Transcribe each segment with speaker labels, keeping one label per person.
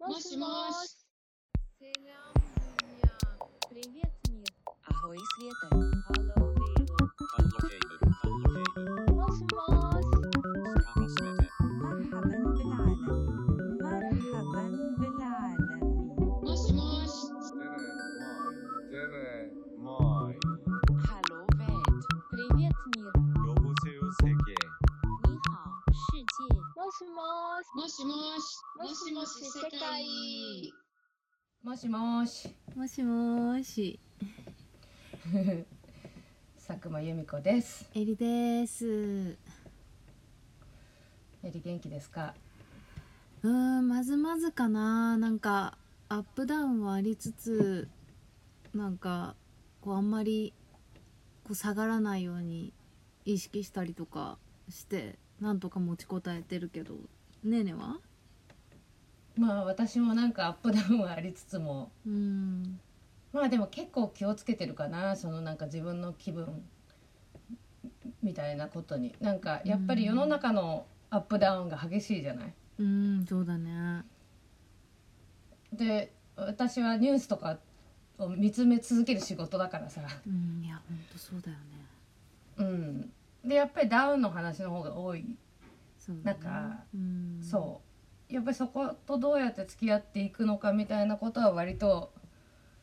Speaker 1: もしもし。
Speaker 2: Selam dünya. Привет мир.
Speaker 3: Ahoj světe.
Speaker 2: Hello world.
Speaker 4: Unlockable. Unlockable.
Speaker 1: もしもし。
Speaker 4: Strava Svete.
Speaker 3: Marhaban bil alamin. Marhaban bil alamin.
Speaker 1: もしもし。
Speaker 5: Tere moj, tere moj.
Speaker 3: Hallo Welt.
Speaker 2: Привет мир.
Speaker 4: Yobuseyo Seke.
Speaker 2: 你好，世界。
Speaker 1: もしもし。もしもし。もしもし世界。
Speaker 6: もしもし
Speaker 7: もしもーし、
Speaker 6: 佐久間由美子です
Speaker 7: えりです。う
Speaker 6: やり元気ですか
Speaker 7: ーん、まずまずかな。なんか、アップダウンはありつつ、なんか、こう、あんまり、こう、下がらないように意識したりとかして、なんとか持ちこたえてるけど、ねえねは
Speaker 6: まあ私もなんかアップダウンはありつつも
Speaker 7: うーん。
Speaker 6: まあでも結構気をつけてるかなそのなんか自分の気分みたいなことになんかやっぱり世の中のアップダウンが激しいじゃないう
Speaker 7: ーん、そうだね。
Speaker 6: で私はニュースとかを見つめ続ける仕事だからさ
Speaker 7: うん、いや、ほんとそうだよね。
Speaker 6: うんでやっぱりダウンの話の方が多い
Speaker 7: そうだ
Speaker 6: なん
Speaker 7: ね
Speaker 6: か
Speaker 7: うん。
Speaker 6: そうやっぱりそことどうやって付き合っていくのかみたいなことは割と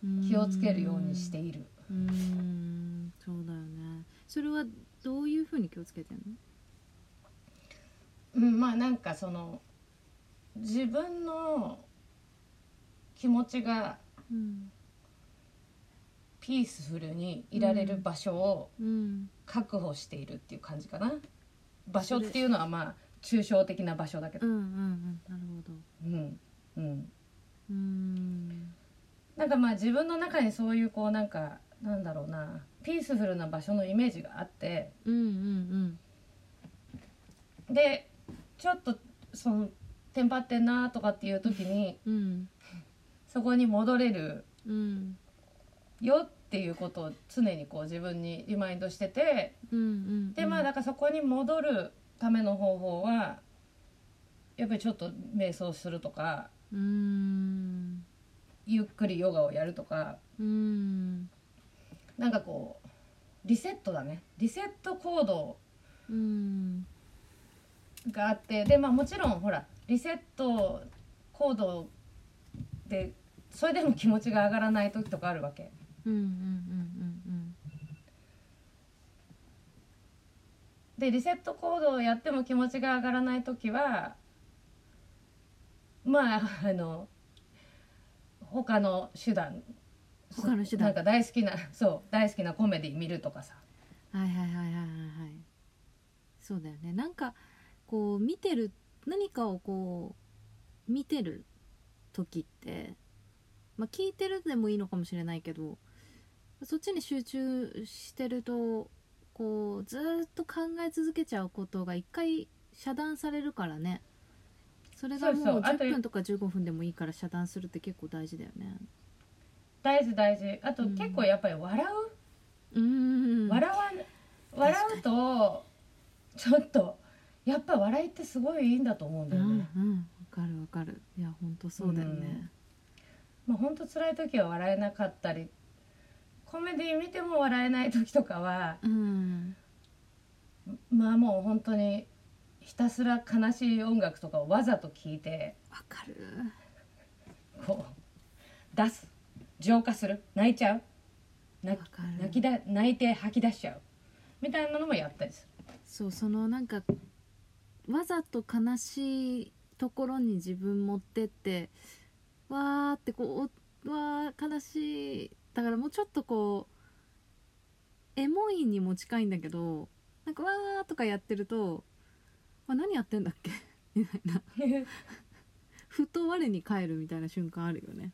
Speaker 7: うん。
Speaker 6: 気をつけるようにしている
Speaker 7: うーんそうだよねそれはどういうふうに気をつけてんの
Speaker 6: うんまあなんかその自分の気持ちが
Speaker 7: うん
Speaker 6: ピースフルにいられる場所を
Speaker 7: うん
Speaker 6: 確保しているっていう感じかな場所っていうのはまあ抽象的な場所だけ
Speaker 7: う
Speaker 6: ど
Speaker 7: んうんなるほど
Speaker 6: うんうん
Speaker 7: うーん
Speaker 6: なんかまあ自分の中にそういうこうなんかなんだろうなピースフルな場所のイメージがあって
Speaker 7: うんうん
Speaker 6: でちょっとそのテンパってんなとかっていう時に
Speaker 7: うんうん
Speaker 6: そこに戻れる
Speaker 7: うん
Speaker 6: よっていうことを常にこう自分にリマインドしてて
Speaker 7: うんうん
Speaker 6: でまあだからそこに戻るための方法はやっぱりちょっと瞑想するとか
Speaker 7: うーん
Speaker 6: ゆっくりヨガをやるとか
Speaker 7: うーん
Speaker 6: なんかこうリセットだねリセット行動
Speaker 7: うん
Speaker 6: があってでまあもちろんほらリセット行動でそれでも気持ちが上がらない時とかあるわけ
Speaker 7: うんうんうん
Speaker 6: でリセット行動をやっても気持ちが上がらない時はまああの他の手段
Speaker 7: 他の手段
Speaker 6: なんか大好きなそう大好きなコメディ見るとかさ
Speaker 7: はいはいはいはいはいはいそうだよねなんかこう見てる何かをこう見てる時ってまあ聞いてるでもいいのかもしれないけどそっちに集中してるとこうずーっと考え続けちゃうことが一回遮断されるからねそれが
Speaker 6: そうそう
Speaker 7: もう
Speaker 6: あと
Speaker 7: 10分とか15分でもいいから遮断するって結構大事だよね
Speaker 6: 大事大事あと
Speaker 7: うん
Speaker 6: 結構やっぱり笑
Speaker 7: うー
Speaker 6: う、
Speaker 7: ん
Speaker 6: 笑わん笑うとちょっとやっぱ笑いってすごいいいんだと思うん
Speaker 7: う
Speaker 6: だ
Speaker 7: ん
Speaker 6: よ
Speaker 7: う
Speaker 6: ね、
Speaker 7: んわかるわかるいやほんとそうだよね
Speaker 6: まあ本当辛い時は笑えなかったりコメディ見ても笑えない時とかは
Speaker 7: うん
Speaker 6: まあもう本当にひたすら悲しい音楽とかをわざと聴いて
Speaker 7: わかる
Speaker 6: こう出す浄化する泣いちゃう泣
Speaker 7: わ
Speaker 6: き
Speaker 7: かる
Speaker 6: 泣きだ泣いて吐き出しちゃうみたいなのもやったりす
Speaker 7: そうそのなんかわざと悲しいところに自分持ってってわーってこうおわー悲しいだからもうちょっとこうエモいにも近いんだけどなんかわーとかやってるとあ何やってんだっけ みたいな
Speaker 6: る
Speaker 7: ふと我に返るみたいな瞬間あるよね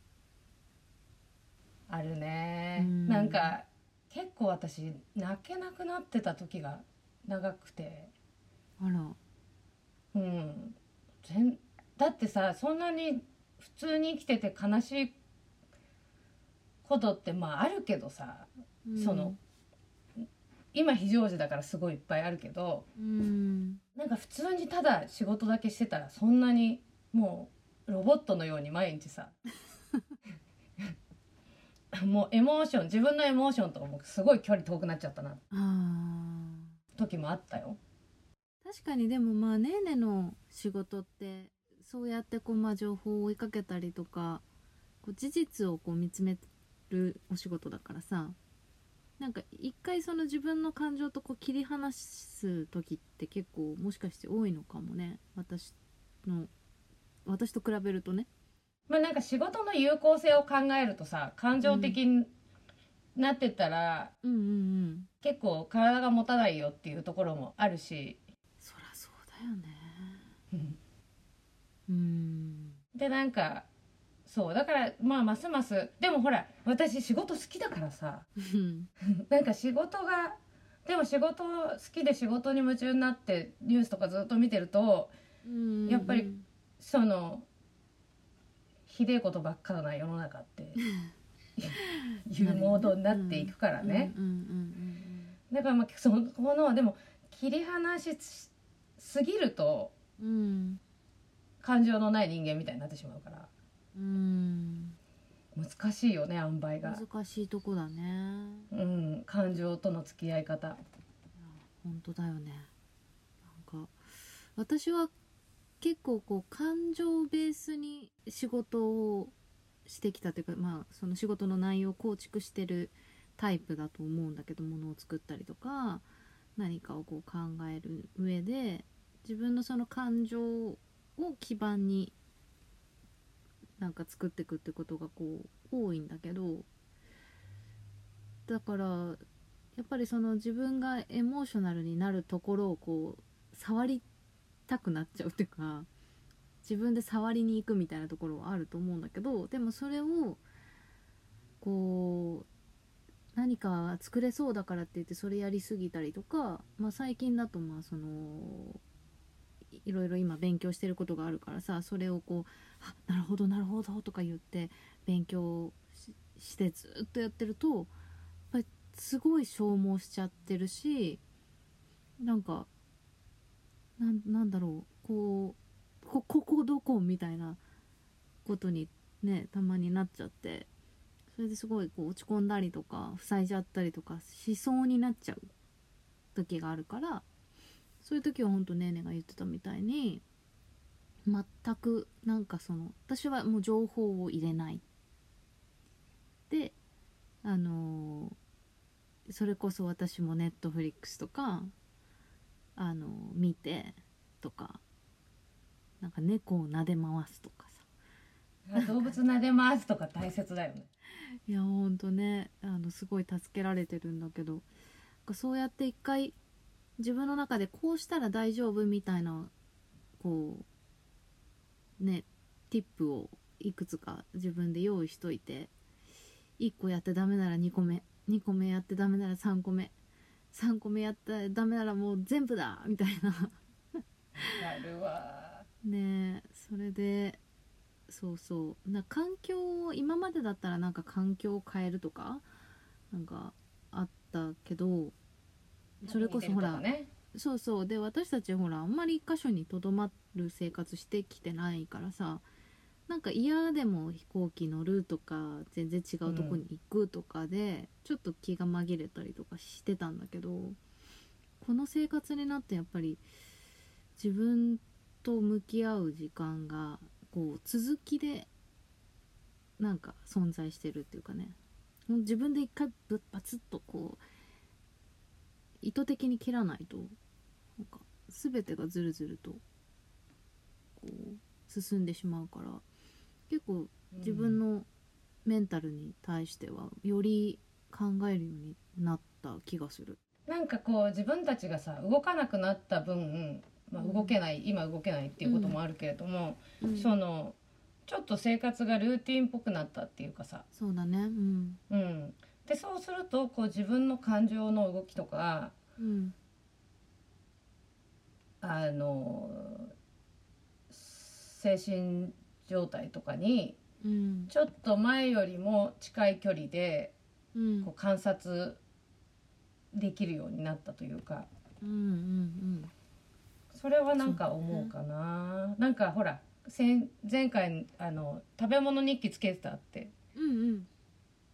Speaker 6: あるね
Speaker 7: うん
Speaker 6: なんか結構私泣けなくなってた時が長くて
Speaker 7: あら
Speaker 6: うん全だってさそんなに普通に生きてて悲しいことってまああるけどさその今非常時だからすごいいっぱいあるけど
Speaker 7: うん
Speaker 6: なんか普通にただ仕事だけしてたらそんなにもうロボットのように毎日さ もうエモーション自分のエモーションとかもすごい距離遠くなっちゃったな
Speaker 7: あ
Speaker 6: 時もあったよ
Speaker 7: ー確かにでもまあねーねーの仕事ってそうやってこうまあ情報を追いかけたりとかこう事実をこう見つめるお仕事だからさなんか一回その自分の感情とこう切り離す時って結構もしかして多いのかもね私の私と比べるとね
Speaker 6: まあなんか仕事の有効性を考えるとさ感情的になってたら、
Speaker 7: うんうんうん
Speaker 6: 結構体が持たないよっていうところもあるし
Speaker 7: そらそうだよね
Speaker 6: うん
Speaker 7: うー ん
Speaker 6: でなんかそうだからまあますますでもほら私仕事好きだからさ
Speaker 7: うん
Speaker 6: なんか仕事がでも仕事好きで仕事に夢中になってニュースとかずっと見てると
Speaker 7: うん
Speaker 6: やっぱりそのひでえことばっかな世の中っていうモードになっていくからね。
Speaker 7: うんうんうん
Speaker 6: だからまあそのこのでも切り離しすすぎると
Speaker 7: うんうん
Speaker 6: 感情のない人間みたいになってしまうから
Speaker 7: うん
Speaker 6: 難しいよね塩梅が、
Speaker 7: 難しいとこだね
Speaker 6: うん、感情との付き合い方
Speaker 7: 本当だよねなんか私は結構こう感情をベースに仕事をしてきたというかまあその仕事の内容を構築してるタイプだと思うんだけどものを作ったりとか何かをこう考える上で自分のその感情を基盤になんか作っていくってことがこう多いんだけどだからやっぱりその自分がエモーショナルになるところをこう触りたくなっちゃうっていうか自分で触りに行くみたいなところはあると思うんだけどでもそれをこう何か作れそうだからって言ってそれやりすぎたりとか、まあ、最近だとまあそのいいろいろ今勉強してることがあるからさそれをこう「あなるほどなるほど」とか言って勉強ししてずっとやってるとやっぱりすごい消耗しちゃってるしなんかなんなんだろうこうこここどこみたいなことにねたまになっちゃってそれですごいこう落ち込んだりとか塞いじゃったりとかしそうになっちゃう時があるからそういう時はほんとねーねが言ってたみたいに全くなんかその私はもう情報を入れないであのーそれこそ私もネットフリックスとか、あのー見てとかなんか猫を撫で回すとかさ
Speaker 6: 動物撫でますとか大切だよ ね
Speaker 7: いやほんとねあのすごい助けられてるんだけどなんかそうやって一回自分の中でこうしたら大丈夫みたいなこうねティップをいくつか自分で用意しといて1個やってダメなら2個目2個目やってダメなら3個目3個目やってダメならもう全部だみたいな
Speaker 6: なるわ
Speaker 7: ねえそれでそうそうな環境を今までだったらなんか環境を変えるとかなんかあったけどそれこそほら
Speaker 6: 見てるとかね
Speaker 7: そうそうで私たちほらあんまり一箇所にとどまる生活してきてないからさなんか嫌でも飛行機乗るとか全然違うとこに行くとかで、ちょっと気が紛れたりとかしてたんだけどこの生活になってやっぱり自分と向き合う時間がこう続きでなんか存在してるっていうかねもう自分で一回ぶっバツッとこう意図的に切らないとなんか全てがずるずるとこう進んでしまうから結構自分のメンタルに対してはより考えるようになった気がする。
Speaker 6: なんかこう自分たちがさ動かなくなった分、まあ、動けない、今動けないっていうこともあるけれども、
Speaker 7: うん
Speaker 6: そのちょっと生活がルーティンっぽくなったっていうかさ、
Speaker 7: そうだね、うん
Speaker 6: うん、でそうするとこう自分の感情の動きとか
Speaker 7: うん
Speaker 6: あの精神状態とかに
Speaker 7: うん
Speaker 6: ちょっと前よりも近い距離で
Speaker 7: うん
Speaker 6: こう観察できるようになったというか。
Speaker 7: うんうん
Speaker 6: それはなんか思うかな、なんかほら先前回あの食べ物日記つけてたって
Speaker 7: うんうん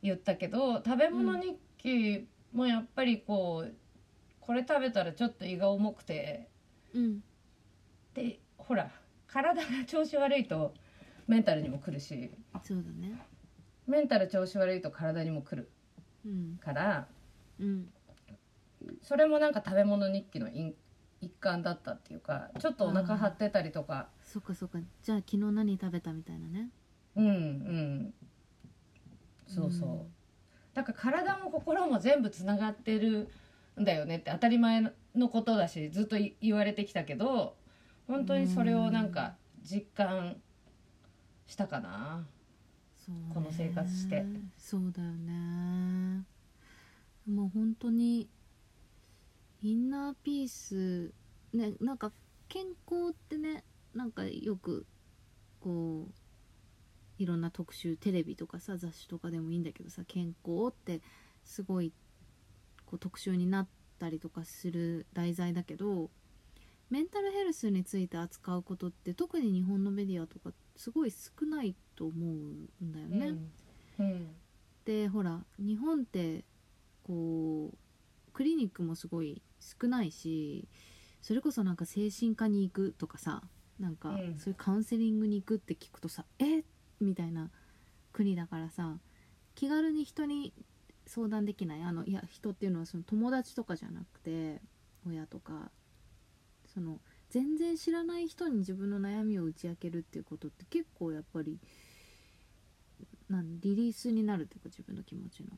Speaker 6: 言ったけど食べ物日記もやっぱりこうこれ食べたらちょっと胃が重くて
Speaker 7: うん
Speaker 6: でほら体が調子悪いとメンタルにも来るし
Speaker 7: そうだね
Speaker 6: メンタル調子悪いと体にも来る
Speaker 7: うん
Speaker 6: から
Speaker 7: うん
Speaker 6: それもなんか食べ物日記の一一環だったっていうかちょっとお腹張ってたりとか
Speaker 7: そっかそっかじゃあ昨日何食べたみたいなね
Speaker 6: うんうんそうそう、
Speaker 7: うん
Speaker 6: だから体も心も全部つながってるんだよねって当たり前のことだしずっとい言われてきたけど本当にそれをなんか実感したかな
Speaker 7: そうね
Speaker 6: この生活して
Speaker 7: そうだよねもう本当にインナーピースねなんか健康ってねなんかよくこういろんな特集テレビとかさ雑誌とかでもいいんだけどさ健康ってすごいこう特集になったりとかする題材だけどメンタルヘルスについて扱うことって特に日本のメディアとかすごい少ないと思うんだよね。
Speaker 6: うん、うん
Speaker 7: でほら日本ってこうクリニックもすごい少ないしそれこそなんか精神科に行くとかさなんか
Speaker 6: うん
Speaker 7: そういうカウンセリングに行くって聞くとさ、えみたいな国だからさ気軽に人に相談できないあのいや人っていうのはその友達とかじゃなくて親とかその全然知らない人に自分の悩みを打ち明けるっていうことって結構やっぱりなんリリースになるっていうか自分の気持ちの、
Speaker 6: うん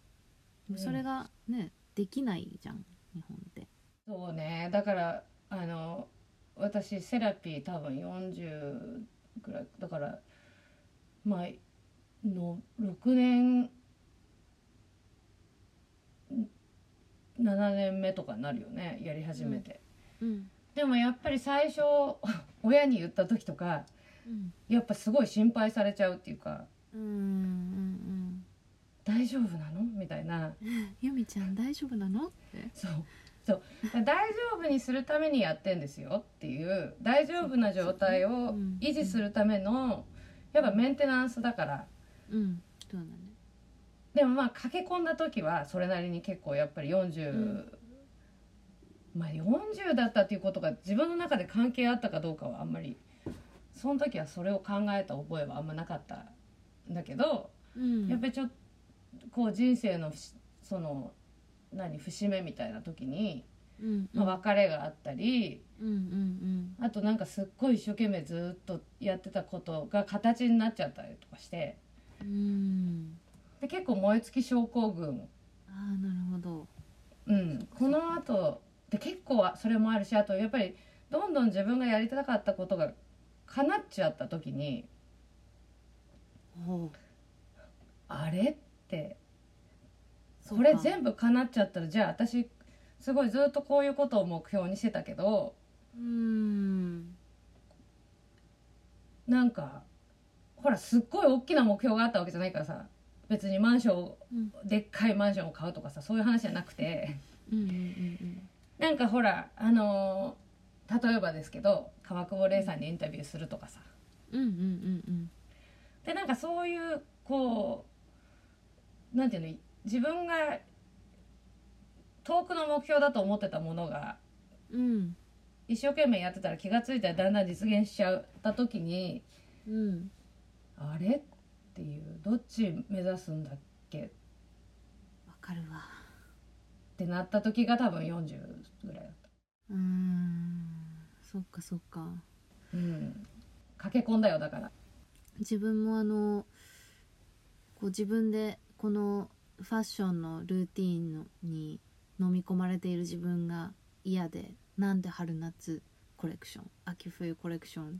Speaker 7: それがねできないじゃん日本って
Speaker 6: そうねだからあの私セラピー多分40ぐらいだからまあの6年7年目とかになるよねやり始めて、
Speaker 7: うん
Speaker 6: でもやっぱり最初 親に言った時とか
Speaker 7: うん
Speaker 6: やっぱすごい心配されちゃうっていうか
Speaker 7: うんうん
Speaker 6: 「大丈夫なの?」みたいな
Speaker 7: うんゆみちゃん大丈夫なのって
Speaker 6: そうそう大丈夫にするためにやってんですよっていう大丈夫な状態を
Speaker 7: うん
Speaker 6: 維持するためのやっぱメンテナンスだから
Speaker 7: うんそうだね
Speaker 6: でもまあ駆け込んだ時はそれなりに結構やっぱり40、
Speaker 7: うん
Speaker 6: まあ40だったっていうことが自分の中で関係あったかどうかはあんまりその時はそれを考えた覚えはあんまなかったんだけど、
Speaker 7: うん
Speaker 6: やっぱりちょっとこう人生の節その何節目みたいな時に、
Speaker 7: うん
Speaker 6: まあ、別れがあったり、
Speaker 7: うんうん
Speaker 6: あとなんかすっごい一生懸命ずっとやってたことが形になっちゃったりとかして
Speaker 7: うんうん
Speaker 6: で結構燃え尽き症候群、
Speaker 7: ああなるほど
Speaker 6: うん、このあとで結構あそれもあるしあとやっぱりどんどん自分がやりたかったことが叶っちゃった時に
Speaker 7: ほう
Speaker 6: あれって
Speaker 7: そ
Speaker 6: これ
Speaker 7: 部
Speaker 6: 全部叶っちゃったらじゃあ私すごいずっとこういうことを目標にしてたけど
Speaker 7: うん
Speaker 6: なんかほらすっごい大きな目標があったわけじゃないからさ別にマンションを
Speaker 7: うん
Speaker 6: でっかいマンションを買うとかさそういう話じゃなくて
Speaker 7: うんうんうん
Speaker 6: なんかほらあのー例えばですけど川久保玲さんにインタビューするとかさ
Speaker 7: うんうんうんうん
Speaker 6: でなんかそういうこうなんていうの自分が遠くの目標だと思ってたものが
Speaker 7: うん
Speaker 6: 一生懸命やってたら気が付いたらだんだん実現しちゃった時に
Speaker 7: うん
Speaker 6: あれっていうどっち目指すんだっけっ
Speaker 7: わかるわ
Speaker 6: てなった時が多分40ぐらいだった。
Speaker 7: うーんそっかそっか
Speaker 6: うん、駆け込んだよだから。
Speaker 7: 自分もあのこう自分でこのファッションのルーティーンのに飲み込まれている自分が嫌でなんで春夏コレクション秋冬コレクション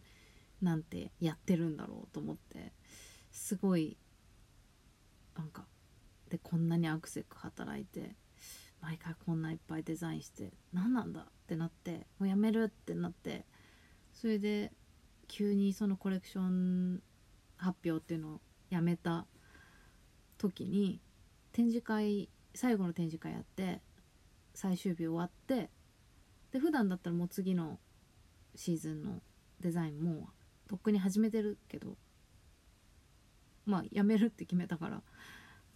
Speaker 7: なんてやってるんだろうと思ってすごいなんかでこんなにアクセク働いて毎回こんないっぱいデザインして何なんだってなってもうやめるってなってそれで急にそのコレクション発表っていうのをやめた時に展示会最後の展示会やって最終日終わってで普段だったらもう次のシーズンのデザインもとっくに始めてるけどまあやめるって決めたから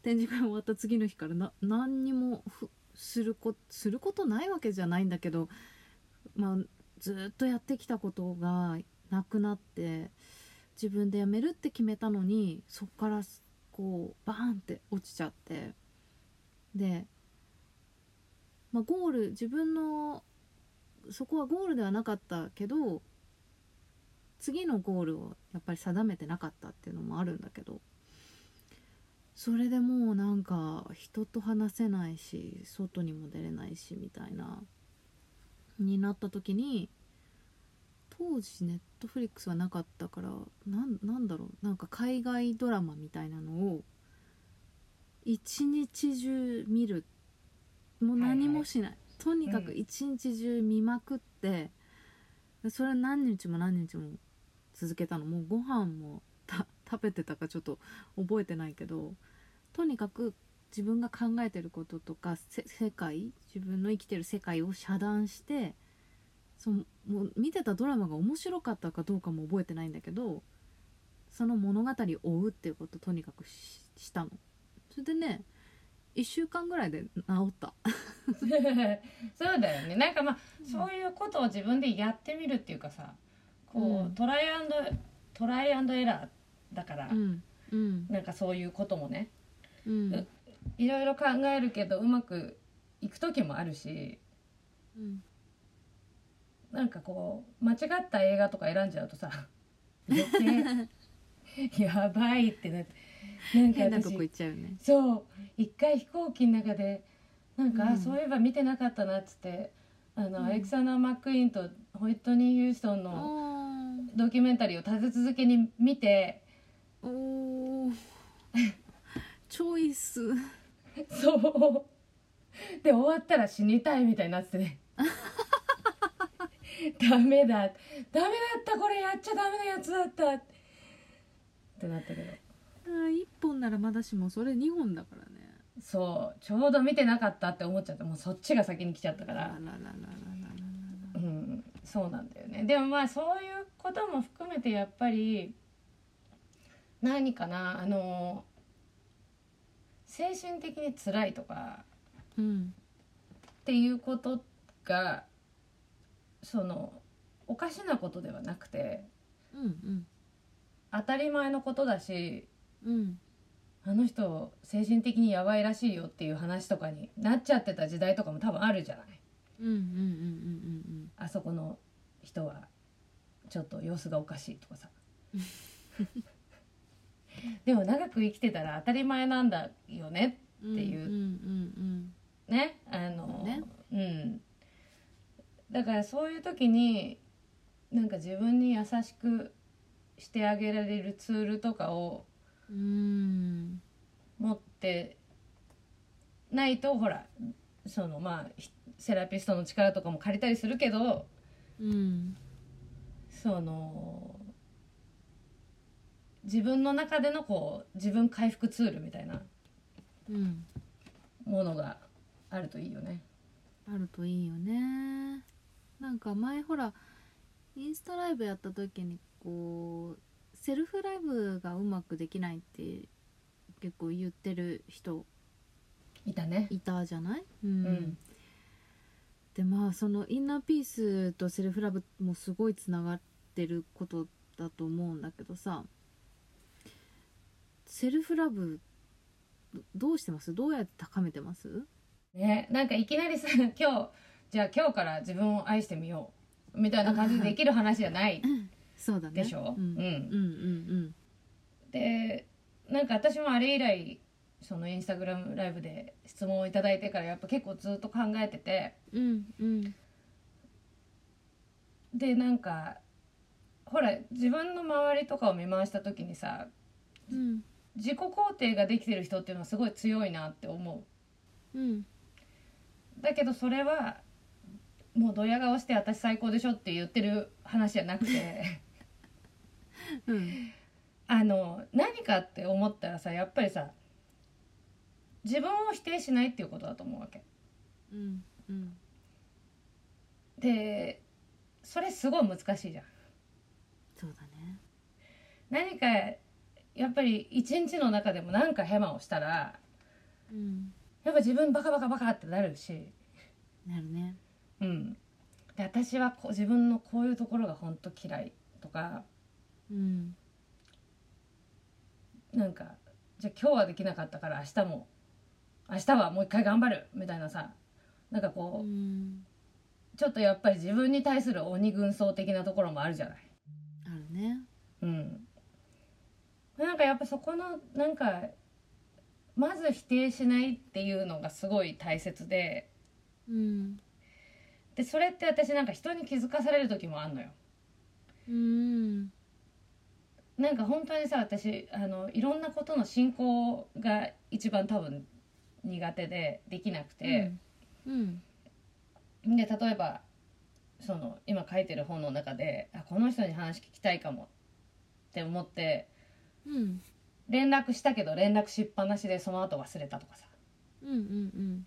Speaker 7: 展示会終わった次の日からな何にもふするこすることないわけじゃないんだけど、まあ、ずっとやってきたことがなくなって自分でやめるって決めたのにそっからこうバーンって落ちちゃってで、まあ、ゴール自分のそこはゴールではなかったけど次のゴールをやっぱり定めてなかったっていうのもあるんだけどそれでもうなんか人と話せないし外にも出れないしみたいなになった時に当時ネットフリックスはなかったからなんなんだろうなんか海外ドラマみたいなのを一日中見るもう何もしない、とにかく
Speaker 6: うん
Speaker 7: 一日中見まくって、それ何日も何日も続けたのもうご飯もた食べてたかちょっと覚えてないけどとにかく自分が考えてることとかせ世界自分の生きてる世界を遮断してそのもう見てたドラマが面白かったかどうかも覚えてないんだけどその物語を追うっていうことをとにかくししたの。それでね1週間ぐらいで治った。
Speaker 6: そうだよねなんかまあそういうことを自分でやってみるっていうかさこう、
Speaker 7: うん
Speaker 6: トライアンドトライアンドエラーだから、
Speaker 7: うんうん
Speaker 6: なんかそういうこともね
Speaker 7: うん
Speaker 6: ういろいろ考えるけどうまくいく時もあるし
Speaker 7: うん
Speaker 6: なんかこう間違った映画とか選んじゃうとさ絶対 やばいってなってなんか
Speaker 7: 変なとこ
Speaker 6: 私
Speaker 7: 行っちゃうよね。
Speaker 6: そう一回飛行機の中でなんか、
Speaker 7: うん
Speaker 6: あそういえば見てなかったなっつってあの、
Speaker 7: うん
Speaker 6: アレクサンダー・マックイーンとホイットニー・ヒューストンの
Speaker 7: お
Speaker 6: ドキュメンタリーを立て続けに見 て
Speaker 7: ーおーチョイス。
Speaker 6: そう で終わったら死にたいみたいになってて、 ね、ダメだダメだったこれやっちゃダメなやつだったってなったけど
Speaker 7: あー一本ならまだしもそれ二本だからね
Speaker 6: そうちょうど見てなかったって思っちゃってもうそっちが先に来ちゃったか
Speaker 7: あら
Speaker 6: ら
Speaker 7: らららら
Speaker 6: う
Speaker 7: らら
Speaker 6: ん、そうなんだよねでもまあそういうことも含めてやっぱり何かなあの精神的に辛いとか
Speaker 7: うん
Speaker 6: っていうことがそのおかしなことではなくて
Speaker 7: うん
Speaker 6: 当たり前のことだし
Speaker 7: うんうん
Speaker 6: あの人精神的にやばいらしいよっていう話とかになっちゃってた時代とかも多分あるじゃない
Speaker 7: うんうんうんうん
Speaker 6: あそこの人はちょっと様子がおかしいとかさ でも長く生きてたら当たり前なんだよね
Speaker 7: うんうん
Speaker 6: っていう
Speaker 7: うんうん
Speaker 6: ねあの
Speaker 7: ね
Speaker 6: うんだからそういう時になんか自分に優しくしてあげられるツールとかを
Speaker 7: うんうん
Speaker 6: 持ってないとほらそのまあひセラピストの力とかも借りたりするけど
Speaker 7: うん
Speaker 6: その自分の中でのこう自分回復ツールみたいな
Speaker 7: うん
Speaker 6: ものがあるといいよね。
Speaker 7: あるといいよねなんか前ほらインスタライブやった時にこうセルフライブがうまくできないって結構言ってる人
Speaker 6: いたね。
Speaker 7: いたじゃない、う
Speaker 6: うん
Speaker 7: でまあそのインナーピースとセルフラブもすごいつながってることだと思うんだけどさセルフラブどどうしてますどうやって高めてます
Speaker 6: ねなんかいきなりさ今日じゃあ今日から自分を愛してみようみたいな感じでできる話じゃない
Speaker 7: そうだね
Speaker 6: でしょ。
Speaker 7: う、
Speaker 6: うん
Speaker 7: うんうんうん
Speaker 6: でなんか私もあれ以来そのインスタグラムライブで質問をいただいてからやっぱ結構ずっと考えてて
Speaker 7: うんうん
Speaker 6: でなんかほら自分の周りとかを見回した時にさ
Speaker 7: うん
Speaker 6: 自己肯定ができてる人っていうのはすごい強いなって思
Speaker 7: うん
Speaker 6: うだけどそれはもうドヤ顔して私最高でしょって言ってる話じゃなくて
Speaker 7: うん
Speaker 6: あの何かって思ったらさやっぱりさ自分を否定しないっていうことだと思うわけ
Speaker 7: うんうん
Speaker 6: でそれすごい難しいじゃん
Speaker 7: そうだね
Speaker 6: 何かやっぱり一日の中でも何かヘマをしたら
Speaker 7: うん
Speaker 6: やっぱ自分バカバカバカってなるし、
Speaker 7: なるね
Speaker 6: うん、で私はこう自分のこういうところが本当嫌いとか
Speaker 7: うん
Speaker 6: なんかじゃあ今日はできなかったから明日も明日はもう一回頑張るみたいなさなんか
Speaker 7: う
Speaker 6: こう、
Speaker 7: ん
Speaker 6: ちょっとやっぱり自分に対する鬼軍曹的なところもあるじゃない。
Speaker 7: あるね
Speaker 6: うん、なんかやっぱそこのなんかまず否定しないっていうのがすごい大切で
Speaker 7: うん
Speaker 6: でそれって私なんか人に気づかされる時もあんのよ。
Speaker 7: うん
Speaker 6: なんか本当にさ私あのいろんなことの進行が一番多分苦手でできなくて、
Speaker 7: うん
Speaker 6: で例えばその今書いてる本の中であこの人に話聞きたいかもって思って
Speaker 7: うん
Speaker 6: 連絡したけど連絡しっぱなしでその後忘れたとかさ
Speaker 7: うんうんうん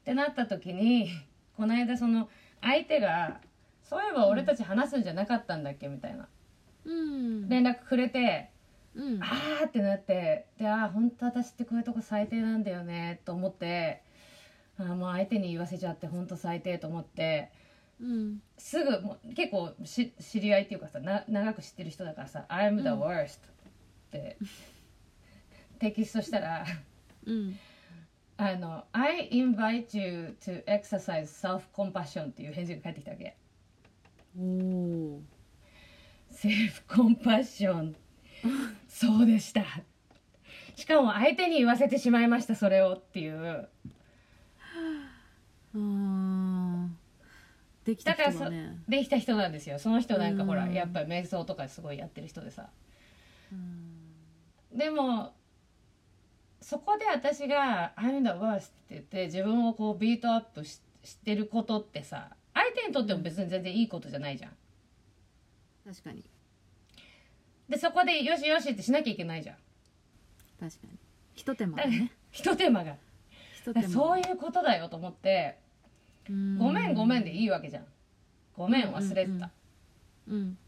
Speaker 6: ってなった時に この間その相手が「そういえば俺たち話すんじゃなかったんだっけ?」みたいな
Speaker 7: うん
Speaker 6: 連絡くれて
Speaker 7: う
Speaker 6: 「
Speaker 7: ん
Speaker 6: ああ」ってなって「でああ本当私ってこういうとこ最低なんだよね」と思ってあーもう相手に言わせちゃって本当最低と思って
Speaker 7: うん
Speaker 6: すぐもう結構し知り合いっていうかさな長く知ってる人だからさ「I'm the
Speaker 7: うん
Speaker 6: worst」って、テキストしたら。
Speaker 7: うん
Speaker 6: あの「I invite you to exercise self-compassion」っていう返事が返ってきたわけ
Speaker 7: おお
Speaker 6: 「セルフコンパッション」そうでしたしかも相手に言わせてしまいましたそれをっていう
Speaker 7: あーできた人だね
Speaker 6: できた人なんですよその人なんかほら
Speaker 7: うん
Speaker 6: やっぱり瞑想とかすごいやってる人でさ
Speaker 7: うん
Speaker 6: でもそこで私が「I'm the worst」って言って自分をこうビートアップししてることってさ相手にとっても別に全然いいことじゃないじゃん
Speaker 7: 確かに
Speaker 6: でそこで「よしよし」ってしなきゃいけないじゃん
Speaker 7: 確かにひと手間だ ね
Speaker 6: ひと手間が
Speaker 7: ひと
Speaker 6: だ
Speaker 7: 手
Speaker 6: か
Speaker 7: 間
Speaker 6: らそういうことだよと思って「ごめんごめん」でいいわけじゃん「ごめん忘れてた」
Speaker 7: うんうんうんうん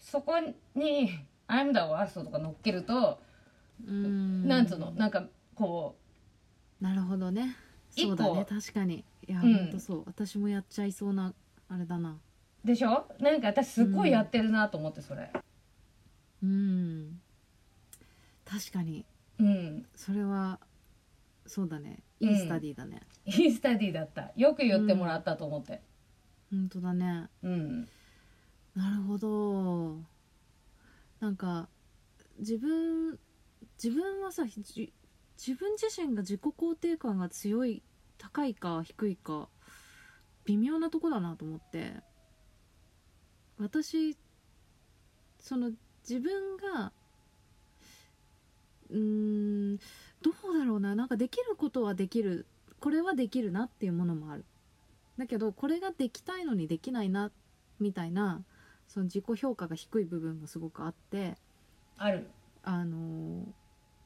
Speaker 6: そこに「I'm the worst」とか乗っけると、
Speaker 7: うん
Speaker 6: なんつうのなんかこ
Speaker 7: なるほどね
Speaker 6: 一
Speaker 7: そ
Speaker 6: 個
Speaker 7: うだね確かにいや、
Speaker 6: うん
Speaker 7: ほんとそう私もやっちゃいそうなあれだな
Speaker 6: うでしょなんか私すっごいやってるなと思ってそれ
Speaker 7: うん確かに
Speaker 6: うん
Speaker 7: それはそうだね
Speaker 6: うん
Speaker 7: いいスタディだね、
Speaker 6: いいスタディだったよく言ってもらったと思って
Speaker 7: ほんとだね
Speaker 6: うん
Speaker 7: なるほどなんか自分自分はさじ自分自身が自己肯定感が強い高いか低いか微妙なとこだなと思って私その自分がうーんどうだろうななんかできることはできるこれはできるなっていうものもあるだけどこれができたいのにできないなみたいなその自己評価が低い部分もすごくあって
Speaker 6: ある
Speaker 7: あの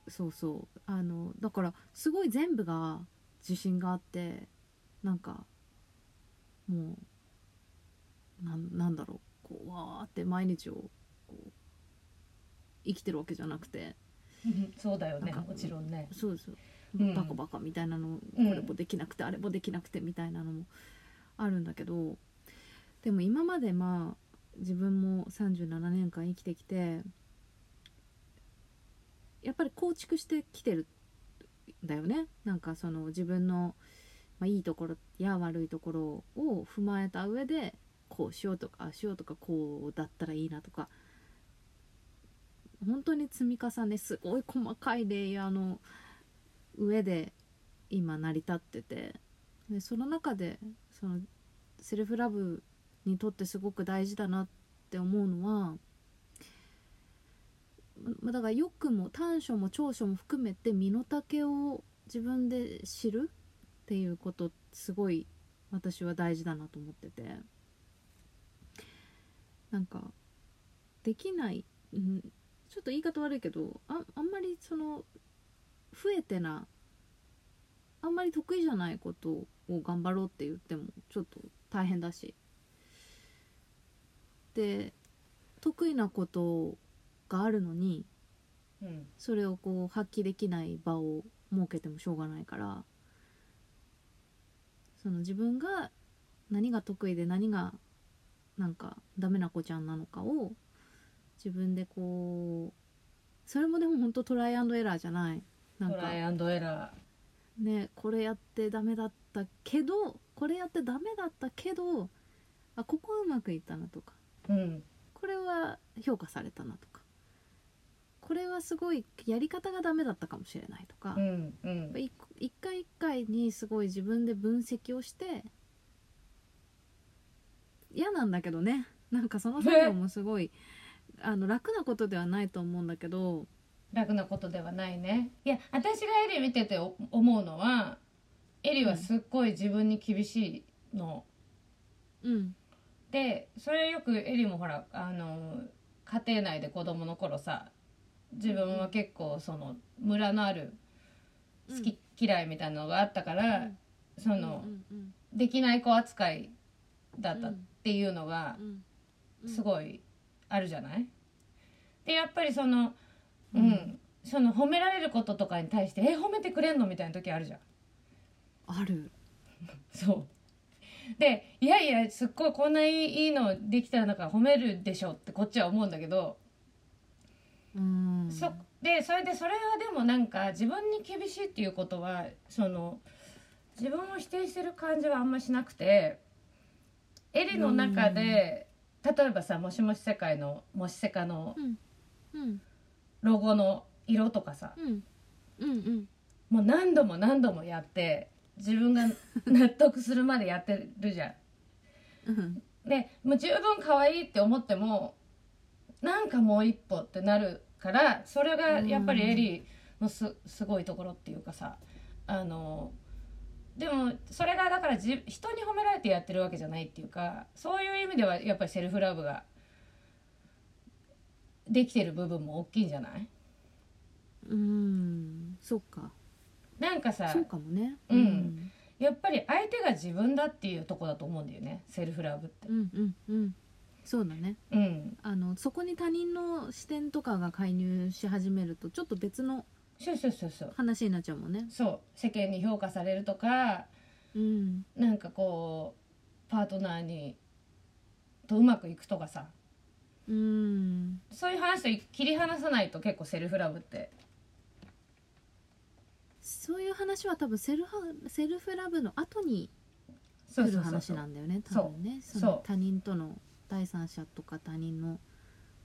Speaker 7: そうそうあのだからすごい全部が自信があってなんかもうなんなんだろうこうわーって毎日をこう生きてるわけじゃなくて
Speaker 6: うんそうだよね
Speaker 7: なんか
Speaker 6: もちろんね
Speaker 7: そうそう
Speaker 6: うん
Speaker 7: バカバカみたいなの、
Speaker 6: うん
Speaker 7: これもできなくてあれもできなくてみたいなのもあるんだけどでも今までまあ自分も37年間生きてきてやっぱり構築してきてるんだよねなんかその自分の、まあ、いいところや悪いところを踏まえた上でこうしようとかああしようとかこうだったらいいなとか本当に積み重ねすごい細かいレイヤーの上で今成り立っててでその中でそのセルフラブにとってすごく大事だなって思うのはまだからよくも短所も長所も含めて身の丈を自分で知るっていうことすごい私は大事だなと思っててなんかできない、うん、ちょっと言い方悪いけどああんまりその増えてなあんまり得意じゃないことを頑張ろうって言ってもちょっと大変だしで得意なことかあるのに
Speaker 6: うん
Speaker 7: それをこう発揮できない場を設けてもしょうがないからその自分が何が得意で何がなんかダメな子ちゃんなのかを自分でこうそれもでも本当トライアンドエラーじゃないなん
Speaker 6: ト
Speaker 7: か
Speaker 6: ライアンドエラ
Speaker 7: ねこれやってダメだったけどこれやってダメだったけどあここはうまくいったなとか
Speaker 6: ーうん
Speaker 7: これは評価されたなとかこれはすごいやり方がダメだったかもしれないとか、
Speaker 6: う
Speaker 7: や
Speaker 6: んう
Speaker 7: っ
Speaker 6: ん
Speaker 7: ぱ一個一回一回にすごい自分で分析をして嫌なんだけどねなんかその作業もすごいあの楽なことではないと思うんだけど
Speaker 6: 楽なことではないねいや私がエリ見ててお思うのはエリはすっごい自分に厳しいの、
Speaker 7: うん
Speaker 6: でそれよくエリもほらあの家庭内で子供の頃さ自分は結構そのムラのある好き嫌いみたいなのがあったから、
Speaker 7: うん
Speaker 6: そ
Speaker 7: うん
Speaker 6: の、
Speaker 7: うん
Speaker 6: できない子扱いだ
Speaker 7: う
Speaker 6: っ
Speaker 7: ん
Speaker 6: たっていうのが
Speaker 7: うんうん
Speaker 6: すごいあるじゃないでやっぱりそのうん、
Speaker 7: うん
Speaker 6: その褒められることとかに対して「え褒めてくれんの?」みたいな時あるじゃん。
Speaker 7: ある
Speaker 6: そうでいやいやすっごいこんないいいいのできたらなんか褒めるでしょってこっちは思うんだけど、
Speaker 7: うん
Speaker 6: そでそれでそれはでもなんか自分に厳しいっていうことはその自分を否定してる感じはあんましなくてエリの中で、例えばさ「もしもし世界の」「もし世界」の
Speaker 7: うん
Speaker 6: ロゴの色とかさ
Speaker 7: うんうんうん
Speaker 6: もう何度も何度もやって自分が納得するまでやってるじゃん。
Speaker 7: うん
Speaker 6: でもう十分可愛いって思ってもなんかもう一歩ってなるからそれがやっぱりエリーのすすごいところっていうかさあのでもそれがだからじ人に褒められてやってるわけじゃないっていうかそういう意味ではやっぱりセルフラブができてる部分も大きいんじゃない
Speaker 7: うんそうか
Speaker 6: なんかさ
Speaker 7: そうかもね
Speaker 6: うんやっぱり相手が自分だっていうとこだと思うんだよねセルフラブって
Speaker 7: う。んうんうんそうだね
Speaker 6: うん、
Speaker 7: あのそこに他人の視点とかが介入し始めるとちょっと別の
Speaker 6: そうそうそうそう
Speaker 7: 話になっちゃうもんね
Speaker 6: そう世間に評価されるとか
Speaker 7: うん
Speaker 6: なんかこうパートナーにとうまくいくとかさ
Speaker 7: うん
Speaker 6: そういう話と切り離さないと結構セルフラブって
Speaker 7: そういう話は多分セルフセルフラブの後に
Speaker 6: そ
Speaker 7: 来
Speaker 6: うそう
Speaker 7: る
Speaker 6: そう
Speaker 7: 話
Speaker 6: そ
Speaker 7: な
Speaker 6: うん
Speaker 7: だよね
Speaker 6: そう
Speaker 7: 多分ね
Speaker 6: そう
Speaker 7: その他人との第三者とか他人の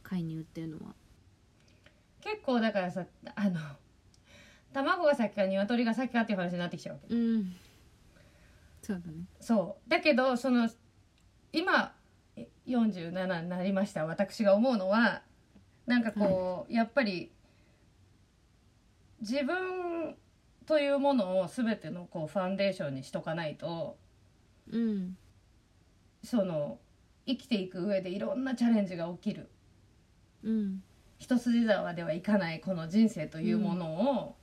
Speaker 7: 介入っていうのは
Speaker 6: 結構だからさあの卵が先か鶏が先かっていう話になってきちゃうわけ
Speaker 7: うんそうだね
Speaker 6: そうだけどその今え47になりました私が思うのはなんかこう、やっぱり自分というものを全てのこうファンデーションにしとかないと
Speaker 7: うん
Speaker 6: その生きていく上でいろんなチャレンジが起きる
Speaker 7: うん
Speaker 6: 一筋縄ではいかないこの人生というものを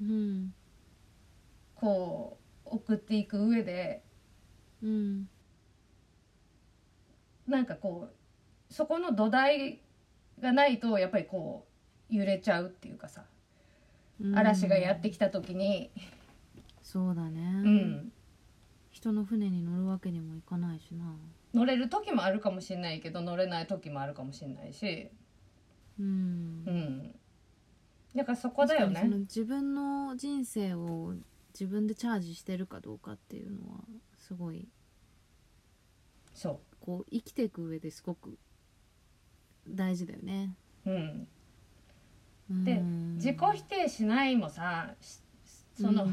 Speaker 7: うん
Speaker 6: こう送っていく上で
Speaker 7: うん
Speaker 6: なんかこうそこの土台がないとやっぱりこう揺れちゃうっていうかさ
Speaker 7: うん
Speaker 6: 嵐がやってきた時に
Speaker 7: そうだね、
Speaker 6: うん
Speaker 7: 人の船に乗るわけにもいかないしな
Speaker 6: 乗れる時もあるかもしれないけど乗れない時もあるかもしれないし
Speaker 7: うん
Speaker 6: うんだからそこだよ
Speaker 7: 確かに
Speaker 6: ね
Speaker 7: その自分の人生を自分でチャージしてるかどうかっていうのはすごい
Speaker 6: そ
Speaker 7: こう生きていく上ですごく大事だよね
Speaker 6: ううんで
Speaker 7: で
Speaker 6: 自己否定しないもさしその、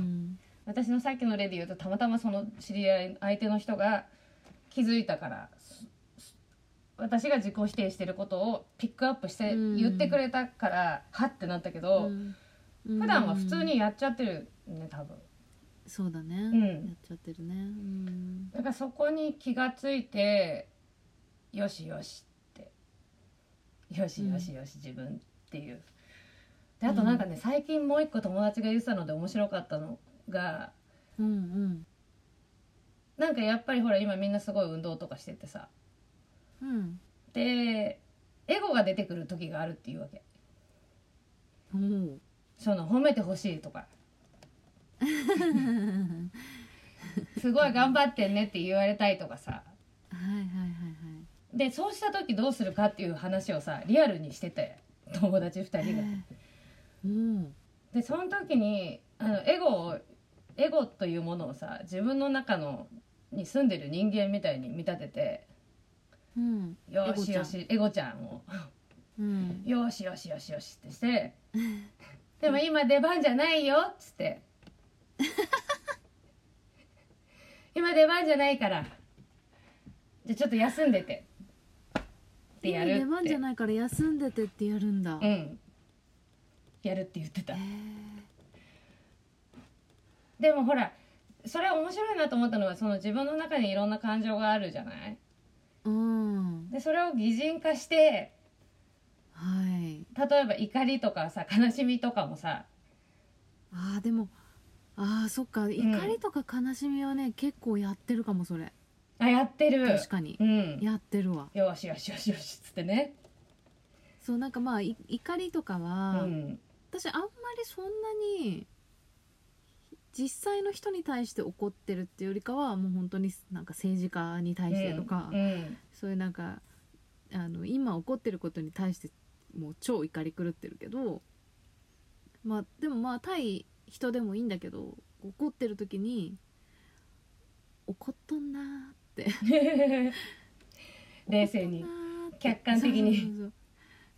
Speaker 6: 私のさっきの例で言うとたまたまその知り合い相手の人が気づいたからすす私が自己否定してることをピックアップして
Speaker 7: うん
Speaker 6: 言ってくれたから、はってなったけど、普段は普通にやっちゃってるね多分
Speaker 7: そうだね、
Speaker 6: ん
Speaker 7: やっちゃってるねうん
Speaker 6: だからそこに気がついてよしよしってよしよしよし自分っていうであとなんかね、最近もう一個友達が言ってたので面白かったのが
Speaker 7: うん
Speaker 6: なんかやっぱりほら今みんなすごい運動とかしててさ
Speaker 7: うんうん
Speaker 6: でエゴが出てくる時があるっていうわけ
Speaker 7: うん
Speaker 6: その褒めてほしいとかすごい頑張ってねって言われたいとかさ
Speaker 7: はいはいはいはい
Speaker 6: でそうした時どうするかっていう話をさリアルにしてて友達2人が。
Speaker 7: うん
Speaker 6: でその時にあのエゴをエゴというものをさ自分の中のに住んでる人間みたいに見立てて
Speaker 7: うん
Speaker 6: よ
Speaker 7: エゴ
Speaker 6: し
Speaker 7: ちゃん
Speaker 6: よしエゴちゃんを
Speaker 7: うん
Speaker 6: よしよしよしよしってしてでも今出番じゃないよっつって今出番じゃないからじゃあちょっと休んでてってやるって
Speaker 7: 出番じゃないから休んでてってやるんだ、
Speaker 6: うんやるって言ってた
Speaker 7: え
Speaker 6: でもほらそれ面白いなと思ったのはその自分の中にいろんな感情があるじゃない
Speaker 7: ー、うん
Speaker 6: でそれを擬人化して
Speaker 7: はい
Speaker 6: 例えば怒りとかさ悲しみとかもさ
Speaker 7: あーでもあーそっか怒りとか悲しみはね、結構やってるかもそれ
Speaker 6: あやってる
Speaker 7: 確かに、
Speaker 6: うん
Speaker 7: やってるわ
Speaker 6: よしよしよしよしっつってね
Speaker 7: そうなんかまあい怒りとか
Speaker 6: う
Speaker 7: は、
Speaker 6: ん
Speaker 7: 私あんまりそんなに実際の人に対して怒ってるっていうよりかはもう本当になんか政治家に対してとか、
Speaker 6: うん
Speaker 7: そういうなんかあの今起こってることに対してもう超怒り狂ってるけどまあでもまあ対人でもいいんだけど怒ってる時に怒っとんなーって
Speaker 6: 冷静に
Speaker 7: 怒っとんなーって
Speaker 6: 客観的に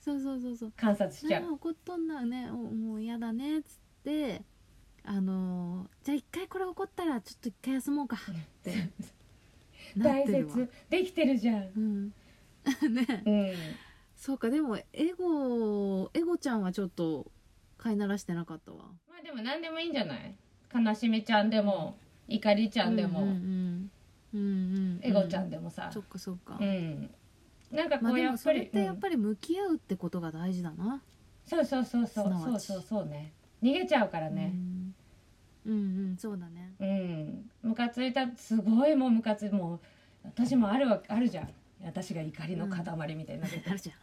Speaker 7: そうそうそうそうそうそうそう
Speaker 6: 観察しちゃ
Speaker 7: あ
Speaker 6: う
Speaker 7: ー怒っとんなねおもう嫌だねっつってあのーじゃあ一回これ怒ったらちょっと一回休もうかってなっ
Speaker 6: 大
Speaker 7: てるわ
Speaker 6: 切できてるじゃん
Speaker 7: うんね
Speaker 6: うん
Speaker 7: そうかでもエゴエゴちゃんはちょっと飼いならしてなかったわ
Speaker 6: まあでも何でもいいんじゃない悲しみちゃんでも怒りちゃんで
Speaker 7: うんう
Speaker 6: も
Speaker 7: んうん、うんうん
Speaker 6: エゴちゃんでもさ
Speaker 7: そっかそっか、
Speaker 6: うんなんかこ
Speaker 7: まあ
Speaker 6: う
Speaker 7: で
Speaker 6: や
Speaker 7: も
Speaker 6: っ
Speaker 7: そ
Speaker 6: ぱ
Speaker 7: れっ
Speaker 6: り
Speaker 7: て
Speaker 6: う
Speaker 7: や
Speaker 6: ん
Speaker 7: っぱり向き合うってことが大事だな、
Speaker 6: そうそうそうそう
Speaker 7: すなわ
Speaker 6: そう
Speaker 7: ち
Speaker 6: そうそうね逃げちゃうからね
Speaker 7: うん、うんうんそうだね
Speaker 6: うんムカついたすごいもうムカついもう私もあるわあるじゃん私が怒りの塊みたいになってて
Speaker 7: あるじゃ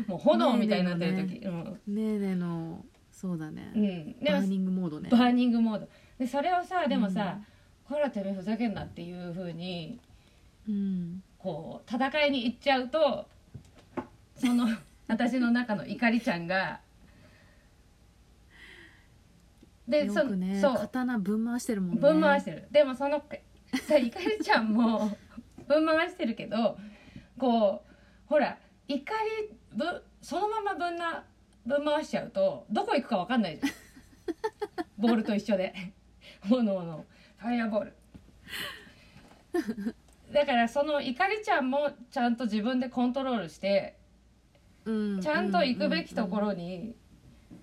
Speaker 7: ん
Speaker 6: もう炎みたいになってる時、
Speaker 7: ねえねえのそうだね、
Speaker 6: うん、うん、で
Speaker 7: バ
Speaker 6: も
Speaker 7: ーニングモードね
Speaker 6: バーニングモードでそれをさでもさ、ほらてめえふざけんなっていうふうに
Speaker 7: うん
Speaker 6: こう戦いに行っちゃうとその 私の中の怒りちゃんがで
Speaker 7: よ
Speaker 6: そ
Speaker 7: くね
Speaker 6: そう
Speaker 7: 刀ぶん回してるもんね
Speaker 6: ぶん回してる、でもそのさいかりちゃんも ぶん回してるけどこうほら怒りぶそのままぶんなぶん回しちゃうとどこ行くか分かんないじゃんボールと一緒で炎のファイアボールだからその怒りちゃんもちゃんと自分でコントロールして
Speaker 7: うん
Speaker 6: ちゃんと行くべきところに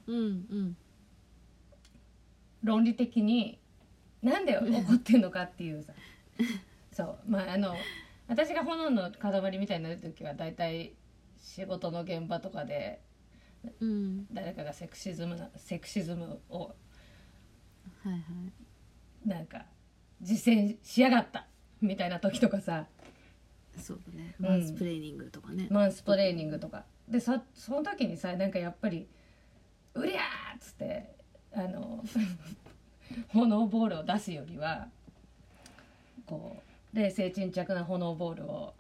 Speaker 7: うんうん
Speaker 6: 論理的になんで怒ってんのかっていうさそうまああの私が炎の塊みたいになる時は大体仕事の現場とかで
Speaker 7: うんうん
Speaker 6: 誰かがセクシズムなセクシズムを
Speaker 7: はいはい
Speaker 6: なんか実践しやがったみたいな時とかさ
Speaker 7: そうだね
Speaker 6: うん
Speaker 7: マンスプレーニングとかね、
Speaker 6: マンスプレーニングとかでそその時にさなんかやっぱり「うりゃー!」っつってあの 炎ボールを出すよりはこう冷静沈着な炎ボールを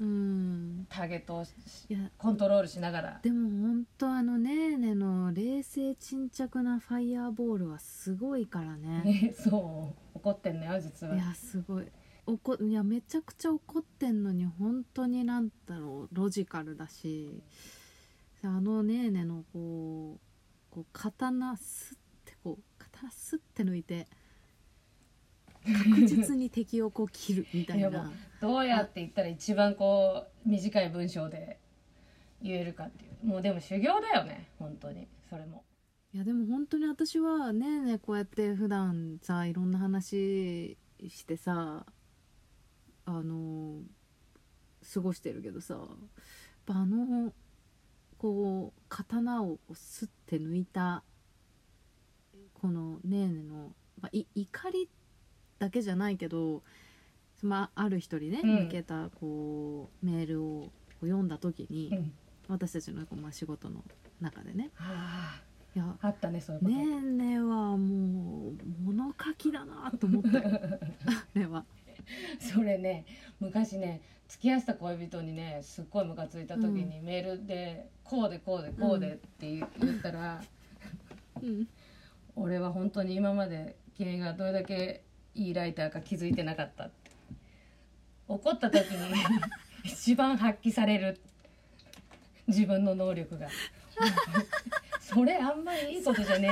Speaker 7: うん
Speaker 6: ターゲットをし
Speaker 7: いや
Speaker 6: コントロールしながら
Speaker 7: でも本当あのねーねの冷静沈着なファイヤーボールはすごいか
Speaker 6: 「
Speaker 7: らね」
Speaker 6: ね、そう怒ってんのよ実はい
Speaker 7: やすごい怒いやめちゃくちゃ怒ってんのに本当になんだろうロジカルだしあのねーねのこうこう刀すってこう刀すって抜いて確実に敵をこう切るみたい
Speaker 6: いや
Speaker 7: な
Speaker 6: もどうやって言ったら一番こう短い文章で言えるかっていうもうでも修行だよね本当にそれも。
Speaker 7: いやでも本当に私はねえねえこうやって普段さいろんな話してさあの過ごしてるけどさやっぱあのこう刀をすって抜いたこのねえねえの、まあ、い怒りだけじゃないけど、まあ、ある人にね
Speaker 6: うん
Speaker 7: 向けたこうメールをこう読んだ時に、
Speaker 6: うん
Speaker 7: 私たちのこうまあ仕事の中でね
Speaker 6: あ
Speaker 7: いや
Speaker 6: ああったねそういうこと、
Speaker 7: ねえねえはもう物書きだなと思ったよあれは
Speaker 6: それね昔ね付き合ってた恋人にねすっごいムカついた時にメールで「こうでこうでこうで」って言言ったら、
Speaker 7: うん
Speaker 6: 俺は本当に今まで君がどれだけいいライターか気づいてなかったって怒った 時に一番発揮される自分の能力がそれあんまりいいことじゃね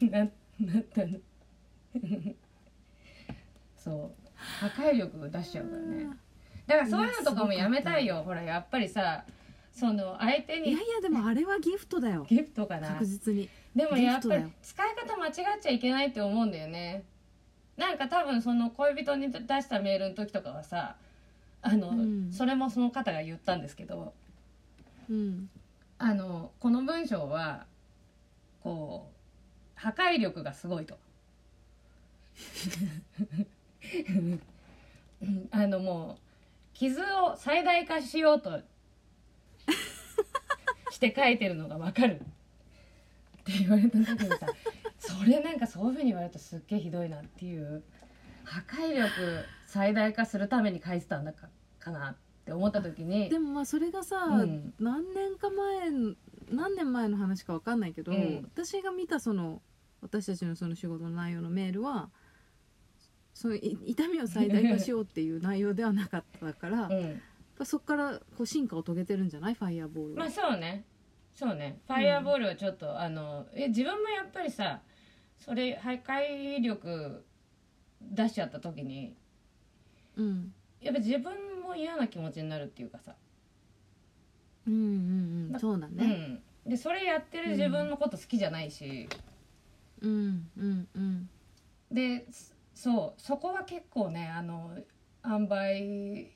Speaker 6: えなななったのそう破壊力出しちゃうからねだからそういうのとかもやめたいよほらやっぱりさその相手
Speaker 7: いやい
Speaker 6: に
Speaker 7: やでもあれはギフトだよ
Speaker 6: ギフトかな
Speaker 7: 確実に
Speaker 6: でもやっぱ
Speaker 7: ギフトだ
Speaker 6: り
Speaker 7: よ
Speaker 6: 使い方間違っちゃいけないって思うんだよねなんか多分その恋人に出したメールの時とかはさあの、
Speaker 7: うん
Speaker 6: それもその方が言ったんですけど
Speaker 7: うん
Speaker 6: あのこの文章はこう破壊力がすごいと うんあのもう傷を最大化しようとして書いてるのがわかるって言われた時にさそれなんかそういうふうに言われるとすっげえひどいなっていう破壊力最大化するために書いてたんだかかなって思った時に
Speaker 7: でもまあそれがさ、
Speaker 6: うん
Speaker 7: 何年か前何年前の話かわかんないけど、
Speaker 6: うん
Speaker 7: 私が見たその私たちのその仕事の内容のメールはそのい痛みを最大化しようっていう内容ではなかったからやっ
Speaker 6: うん
Speaker 7: ぱそこからこう進化を遂げてるんじゃないファイアボールは
Speaker 6: まあそうねそうねファイアボールはちょっと、あのえ自分もやっぱりさそれ破壊力出しちゃった時に
Speaker 7: うん、
Speaker 6: やっぱ自分も嫌な気持ちになるっていうかさ、
Speaker 7: うんうんうんそうだね、
Speaker 6: うん、でそれやってる自分のこと好きじゃないし、
Speaker 7: うん、うんうん
Speaker 6: でそうそこは結構ねあの塩梅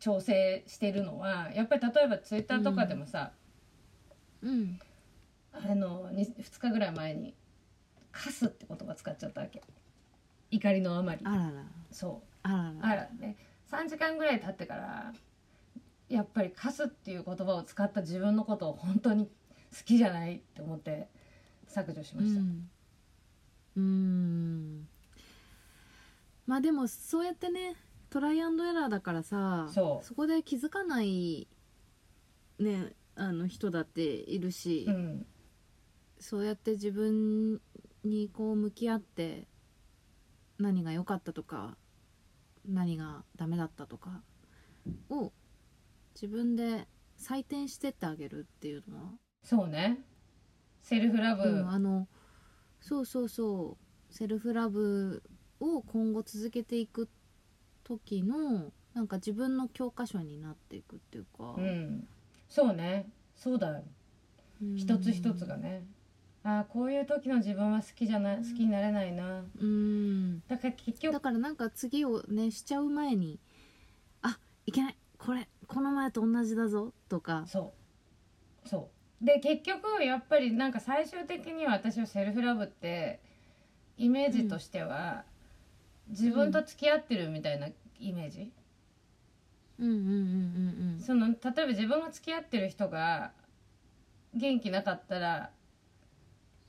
Speaker 6: 調整してるのはやっぱり例えばツイッターとかでもさ、
Speaker 7: うん
Speaker 6: あの 2, 日ぐらい前に「カス」って言葉使っちゃったわけ怒りのあまり
Speaker 7: あらら
Speaker 6: そう
Speaker 7: あらら
Speaker 6: あらね3時間ぐらい経ってからやっぱり「カス」っていう言葉を使った自分のことを本当に好きじゃないって思って削除しました、
Speaker 7: うん、うんまあでもそうやってねトライアンドエラーだからさ
Speaker 6: そう
Speaker 7: こで気づかないねあの人だっているし、
Speaker 6: うん
Speaker 7: そうやって自分にこう向き合って何が良かったとか何がダメだったとかを自分で採点してってあげるっていうのは
Speaker 6: そうねセルフラブ、
Speaker 7: うん、あのそうそうそうセルフラブを今後続けていく時のなんか自分の教科書になっていくっていうか、
Speaker 6: うん、そうねそうだよ
Speaker 7: うん
Speaker 6: 一つ一つがねああこういう時の自分は好きじゃない好きになれないな
Speaker 7: うん
Speaker 6: だから結局
Speaker 7: だからなんか次をねしちゃう前にあいけないこれこの前と同じだぞとか
Speaker 6: そうそうで結局やっぱりなんか最終的には私はセルフラブってイメージとしては、自分と付き合ってるみたいなイメージ、
Speaker 7: うんうんうんうん
Speaker 6: その例えば自分が付き合ってる人が元気なかったら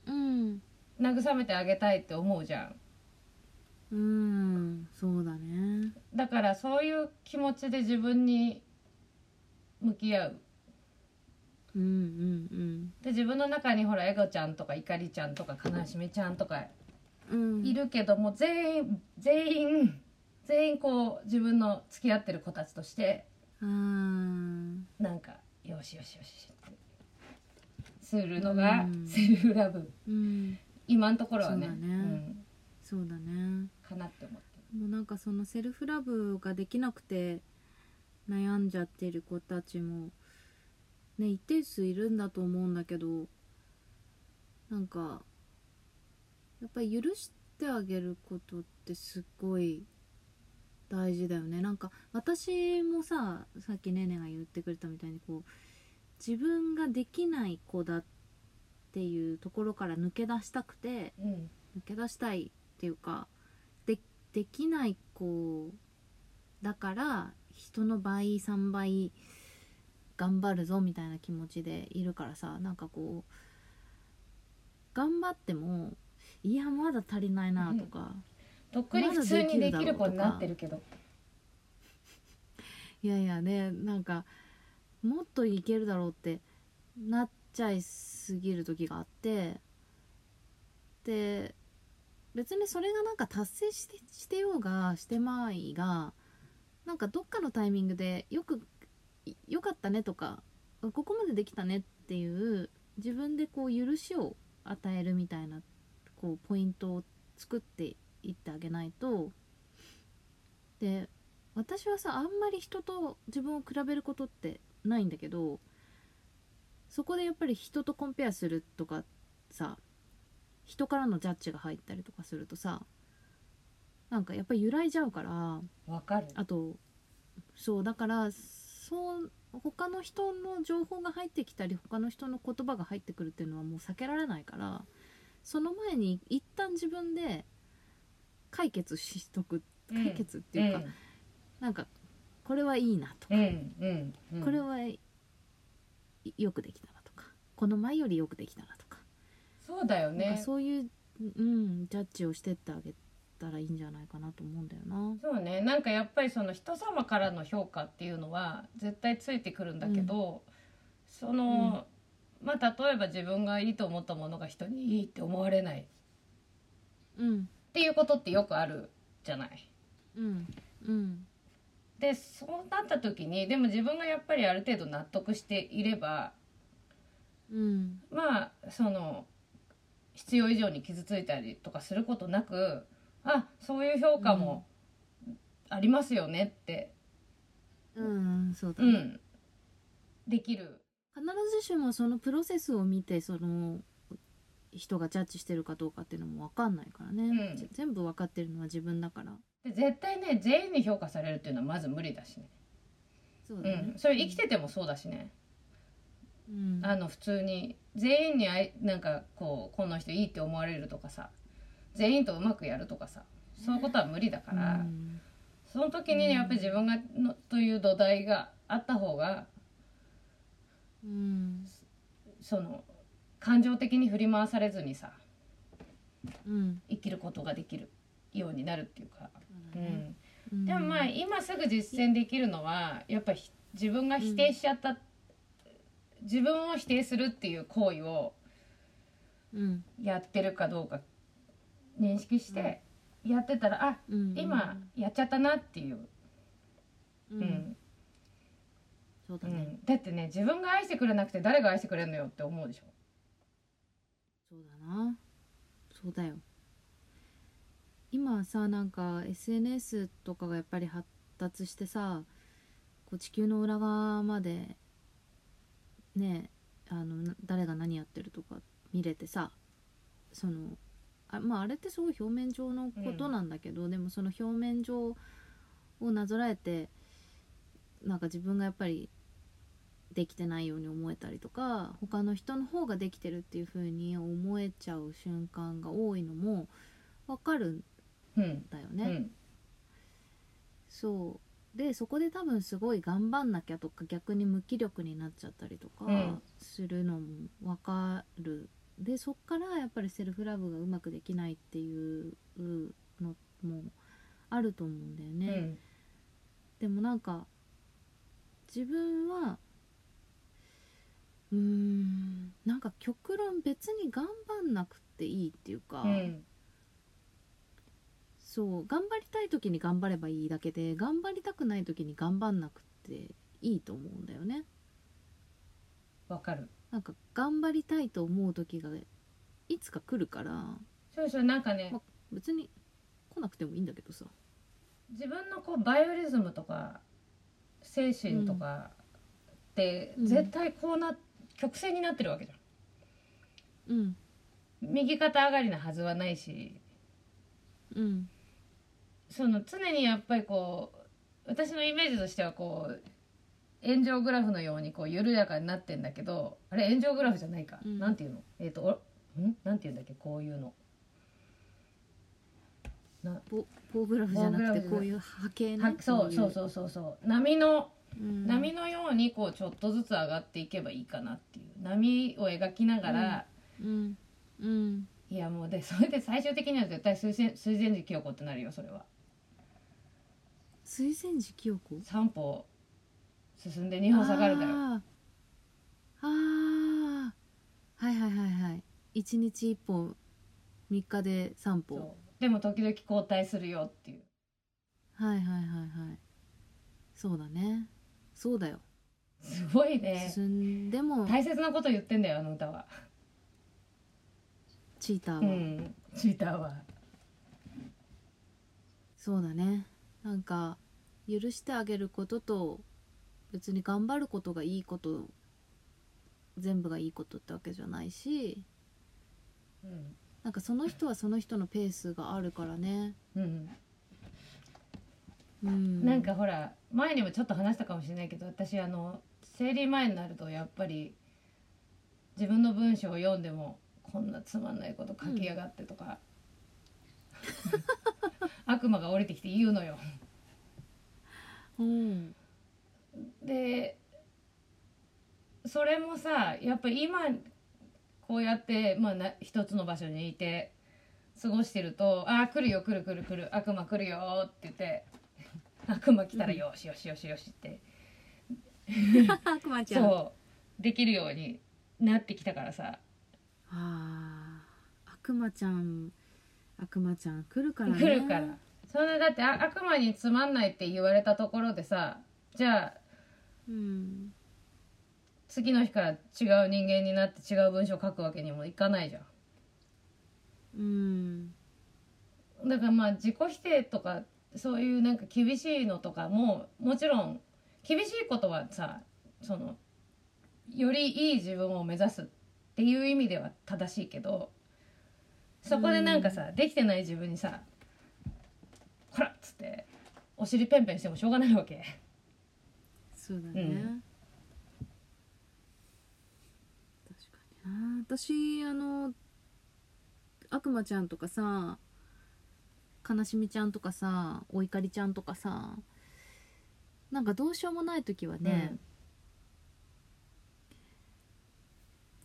Speaker 7: うん
Speaker 6: 慰めてあげたいって思うじゃん
Speaker 7: うんうんそうだね
Speaker 6: だからそういう気持ちで自分に向き合う
Speaker 7: うんうん
Speaker 6: で自分の中にほらエゴちゃんとか怒りちゃんとか悲しみちゃんとか
Speaker 7: うんうん
Speaker 6: いるけども全員全員全員こう自分の付き合ってる子たちとして
Speaker 7: うん
Speaker 6: なんかよしよしよしってするのが
Speaker 7: うん
Speaker 6: セルフラブ、
Speaker 7: うん
Speaker 6: 今のところはね
Speaker 7: そうだね
Speaker 6: ん
Speaker 7: そうだね
Speaker 6: かなって思って
Speaker 7: もうなんかそのセルフラブができなくて悩んじゃってる子たちもね一定数いるんだと思うんだけどなんかやっぱり許してあげることってすっごい大事だよねなんか私もささっきねねが言ってくれたみたいにこう自分ができない子だっていうところから抜け出したくて、
Speaker 6: うん
Speaker 7: 抜け出したいっていうかでできない子だから人の倍3倍頑張るぞみたいな気持ちでいるからさなんかこう頑張ってもいやまだ足りないなとか、
Speaker 6: とっくに普通にできる子になってるけど
Speaker 7: いやいやねなんかもっといけるだろうってなっちゃいすぎる時があってで別にそれがなんか達成してしてようがしてまいがなんかどっかのタイミングでよくいよかったねとかここまでできたねっていう自分でこう許しを与えるみたいなこうポイントを作っていってあげないとで私はさあんまり人と自分を比べることってないんだけどそこでやっぱり人とコンペアするとかさ人からのジャッジが入ったりとかするとさなんかやっぱり揺らいじゃうから
Speaker 6: わかる
Speaker 7: あとそうだからそう他の人の情報が入ってきたり他の人の言葉が入ってくるっていうのはもう避けられないからその前に一旦自分で解決しとく
Speaker 6: うん
Speaker 7: 解決っていうか、なんかこれはいいなとか、
Speaker 6: うんうんうん
Speaker 7: これはいよくできたなとかこの前よりよくできたなとか,、
Speaker 6: そうだよ
Speaker 7: なん
Speaker 6: ね
Speaker 7: かそういう、うん、ジャッジをしてってあげたらいいんじゃないかなと思うんだよな。
Speaker 6: そうねなんかやっぱりその人様からの評価っていうのは絶対ついてくるんだけど、その、まあ例えば自分がいいと思ったものが人にいいって思われないっ
Speaker 7: うん
Speaker 6: ていうことってよくあるじゃない。
Speaker 7: うんうん
Speaker 6: でそうなった時にでも自分がやっぱりある程度納得していれば
Speaker 7: うん
Speaker 6: まあその必要以上に傷ついたりとかすることなくあそういう評価もありますよねって、
Speaker 7: うんそうだ
Speaker 6: う
Speaker 7: ね、
Speaker 6: ん、できる。
Speaker 7: 必ずしもそのプロセスを見てその人がジャッジしてるかどうかっていうのも分かんないからね、
Speaker 6: うん
Speaker 7: ぜ全部分かってるのは自分だから
Speaker 6: で絶対ね全員に評価されるっていうのはまず無理だしね、
Speaker 7: そう
Speaker 6: う
Speaker 7: だね、
Speaker 6: ん、それ生きててもそうだしね
Speaker 7: うん
Speaker 6: あの普通に全員にあいなんかこうこの人いいって思われるとかさ全員とうまくやるとかさそういうことは無理だから、
Speaker 7: うん
Speaker 6: その時にねやっぱり自分がのという土台があった方が
Speaker 7: うん
Speaker 6: その感情的に振り回されずにさ
Speaker 7: うん
Speaker 6: 生きることができるようになるっていうか、
Speaker 7: そ
Speaker 6: う
Speaker 7: うだね
Speaker 6: ん、
Speaker 7: うん
Speaker 6: でもまあ今すぐ実践できるのはやっぱひ自分が否定しちゃった、自分を否定するっていう行為を
Speaker 7: うん
Speaker 6: やってるかどうか認識してやってたら、あ
Speaker 7: うん
Speaker 6: 今やっちゃったなっていう、
Speaker 7: う
Speaker 6: うん
Speaker 7: んそう
Speaker 6: う
Speaker 7: だ
Speaker 6: ん
Speaker 7: ね
Speaker 6: だってね自分が愛してくれなくて誰が愛してくれるのよって思うでしょ。
Speaker 7: そうだなそうだよ今はさなんか SNS とかがやっぱり発達してさこう地球の裏側までねあのな誰が何やってるとか見れてさそのあまああれってすごい表面上のことなんだけど、でもその表面上をなぞらえてなんか自分がやっぱりできてないように思えたりとか他の人の方ができてるっていう風に思えちゃう瞬間が多いのもわかるん
Speaker 6: うん
Speaker 7: だよね。
Speaker 6: うん
Speaker 7: そうでそこで多分すごい頑張んなきゃとか逆に無気力になっちゃったりとか
Speaker 6: うん
Speaker 7: するのもわかる、でそっからやっぱりセルフラブがうまくできないっていうのもあると思うんだよね。
Speaker 6: うん
Speaker 7: でもなんか自分はうーんなんか極論別に頑張んなくていいっていうか、
Speaker 6: うん
Speaker 7: そう頑張りたい時に頑張ればいいだけで頑張りたくない時に頑張んなくていいと思うんだよね
Speaker 6: わかる
Speaker 7: なんか頑張りたいと思う時がいつか来るから
Speaker 6: そうそうなんかね
Speaker 7: ま別に来なくてもいいんだけどさ
Speaker 6: 自分のこうバイオリズムとか精神とかって
Speaker 7: うん
Speaker 6: 絶対こうな、曲線になってるわけじゃん
Speaker 7: うん
Speaker 6: 右肩上がりなはずはないし
Speaker 7: うん
Speaker 6: その常にやっぱりこう私のイメージとしてはこう炎上グラフのようにこう緩やかになってんだけどあれ炎上グラフじゃないか、
Speaker 7: うん
Speaker 6: なんていうのえっ、とおんなんていうんだっけこういうの
Speaker 7: 棒棒グラフじゃなくて
Speaker 6: 棒グラフ
Speaker 7: こういう波形ね
Speaker 6: はそうそう
Speaker 7: う
Speaker 6: そうそうそう波の
Speaker 7: うん
Speaker 6: 波のようにこうちょっとずつ上がっていけばいいかなっていう波を描きながら、
Speaker 7: うんうん
Speaker 6: いやもうでそれで最終的には絶対水前水前寺清子ってなるよそれは
Speaker 7: 水前寺清子
Speaker 6: 3歩進んで2歩下がるだよ
Speaker 7: あーあーはいはいはいはい一日一本三日で三歩
Speaker 6: そうでも時々交代するよっていう
Speaker 7: はいはいはいはいそうだねそうだよ
Speaker 6: すごいね
Speaker 7: 進んでも
Speaker 6: 大切なこと言ってんだよあの歌は
Speaker 7: チーターは、
Speaker 6: うんチーターは
Speaker 7: そうだねなんか許してあげることと別に頑張ることがいいこと全部がいいことってわけじゃないし
Speaker 6: うん
Speaker 7: なんかその人はその人のペースがあるからね
Speaker 6: うん
Speaker 7: うん
Speaker 6: なんかほら前にもちょっと話したかもしれないけど私あの生理前になるとやっぱり自分の文章を読んでもこんなつまんないこと書きやがってとか、 悪魔が降りてきて言うのよ。
Speaker 7: うん
Speaker 6: でそれもさやっぱり今こうやって、まあ、な一つの場所にいて過ごしてると「ああ来るよ来る来る来る悪魔来るよ」って言って 「悪魔来たらよしよしよしよし」って。
Speaker 7: 悪魔ちゃん
Speaker 6: そうできるようになってきたからさ
Speaker 7: あー悪魔ちゃん悪魔ちゃん来るからね
Speaker 6: 来るからそんなだってあ悪魔につまんないって言われたところでさじゃあ
Speaker 7: うん
Speaker 6: 次の日から違う人間になって違う文章を書くわけにもいかないじゃ
Speaker 7: うん
Speaker 6: んだからまあ自己否定とかそういうなんか厳しいのとかももちろん厳しいことはさそのよりいい自分を目指すっていう意味では正しいけどそこでなんかさできてない自分にさ「ほら!」っつってお尻ペンペンしてもしょうがないわけ
Speaker 7: そうだね、
Speaker 6: うん
Speaker 7: 確かにな私あの悪魔ちゃんとかさ悲しみちゃんとかさお怒りちゃんとかさなんかどうしようもない時はね、
Speaker 6: うん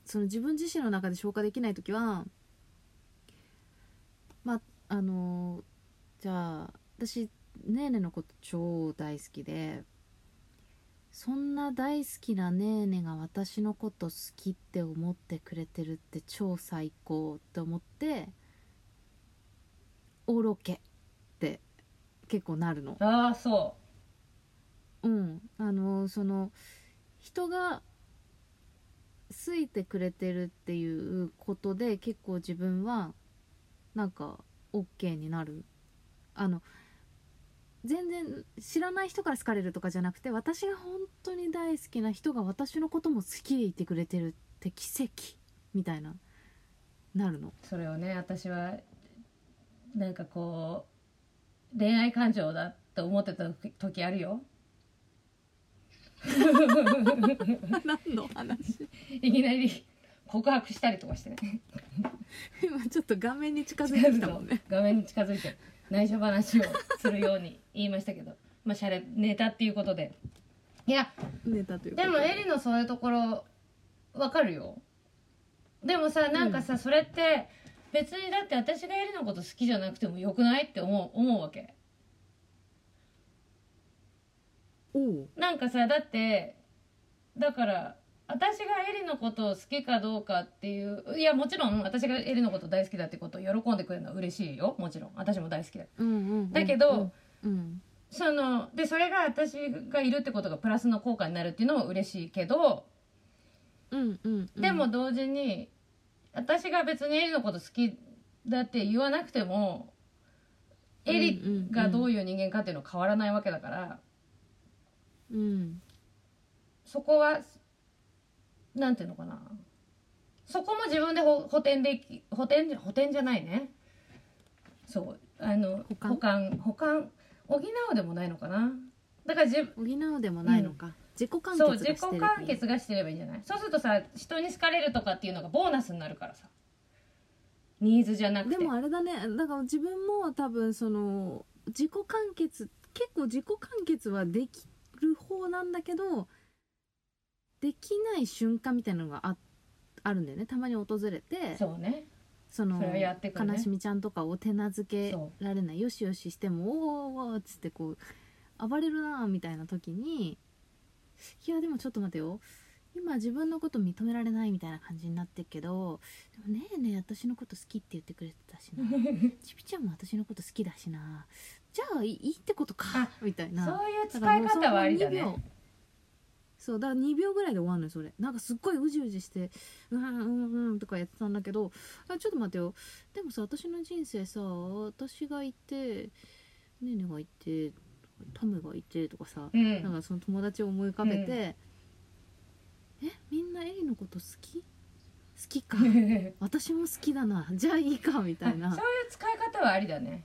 Speaker 7: その自分自身の中で消化できない時はまああのじゃあ私ねーねのこと超大好きでそんな大好きなねーねが私のこと好きって思ってくれてるって超最高って思っておろけって結構なるの。
Speaker 6: ああそ
Speaker 7: うん、あのその人が好いてくれてるっていうことで結構自分はなんか OK になるあの全然知らない人から好かれるとかじゃなくて私が本当に大好きな人が私のことも好きでいてくれてるって奇跡みたいななる の
Speaker 6: うそれをね私はなんかこう恋愛感情だって思ってた時時ある よ
Speaker 7: 何の話
Speaker 6: いきなり告白したりとかしてね
Speaker 7: 今ちょっと画面に近づい
Speaker 6: 近
Speaker 7: て
Speaker 6: づく
Speaker 7: きた
Speaker 6: と
Speaker 7: も んね
Speaker 6: 画面に近づいて内緒話をするように言いましたけどまあシャレネタっていうことでいや
Speaker 7: ネタというこ
Speaker 6: で
Speaker 7: と
Speaker 6: もエリのそういうところわかるよでもさなんかさ、それって別にだって私がエリのこと好きじゃなくてもよくないって思う思うわけ
Speaker 7: おう
Speaker 6: なんかさだってだから私がエリのことを好きかどうかっていういやもちろん私がエリのこと大好きだってことを喜んでくれるのは嬉しいよもちろん私も大好きだ
Speaker 7: うんうんうん
Speaker 6: だけど、
Speaker 7: うんうん
Speaker 6: そのでそれが私がいるってことがプラスの効果になるっていうのも嬉しいけど
Speaker 7: うんうんうん、
Speaker 6: でも同時に、私が別にエリのこと好きだって言わなくてもエリがどういう人間かっていうのは変わらないわけだから、
Speaker 7: うん
Speaker 6: そこはなんていうのかなそこも自分でほ補填でき補填補填じゃないねそうあの
Speaker 7: 補
Speaker 6: 補
Speaker 7: 完
Speaker 6: 完補完補うでもないのかなだから自
Speaker 7: 補うでもないのか、自己完結
Speaker 6: そう
Speaker 7: が
Speaker 6: 自己
Speaker 7: してる
Speaker 6: 完結がしてればいいんじゃないそうするとさ人に好かれるとかっていうのがボーナスになるからさニーズじゃなくて
Speaker 7: でもあれだねだから自分も多分その自己完結結構自己完結はできる方なんだけどできない瞬間みたいなのがああるんだよねたまに訪れて
Speaker 6: そうね
Speaker 7: その
Speaker 6: それをやってくね
Speaker 7: 悲しみちゃんとかを手なずけ
Speaker 6: そ
Speaker 7: られないよしよししても「おーおーおーっつってこう暴れるなーみたいな時にいやでもちょっと待てよ今自分のこと認められないみたいな感じになってるけどでもねえねえ私のこと好きって言ってくれてたし なちびちゃんも私のこと好きだしなじゃあいいいいってことか
Speaker 6: あ
Speaker 7: みたいな
Speaker 6: そういう使
Speaker 7: だ
Speaker 6: い
Speaker 7: からもうそこ
Speaker 6: 方はありだ
Speaker 7: 2
Speaker 6: ね
Speaker 7: 秒そうだから2秒ぐらいで終わんのよそれなんかすっごいうじうじして「うんうんうん」とかやってたんだけどあちょっと待ってよでもさ私の人生さ私がいてねねがいてタムがいてとかさ、
Speaker 6: う
Speaker 7: な
Speaker 6: ん
Speaker 7: んかその 友達を思い浮かべて「えみんなエリのこと好き好き か私も好きだなじゃあいいか」みたいな
Speaker 6: あそういう使い方はありだね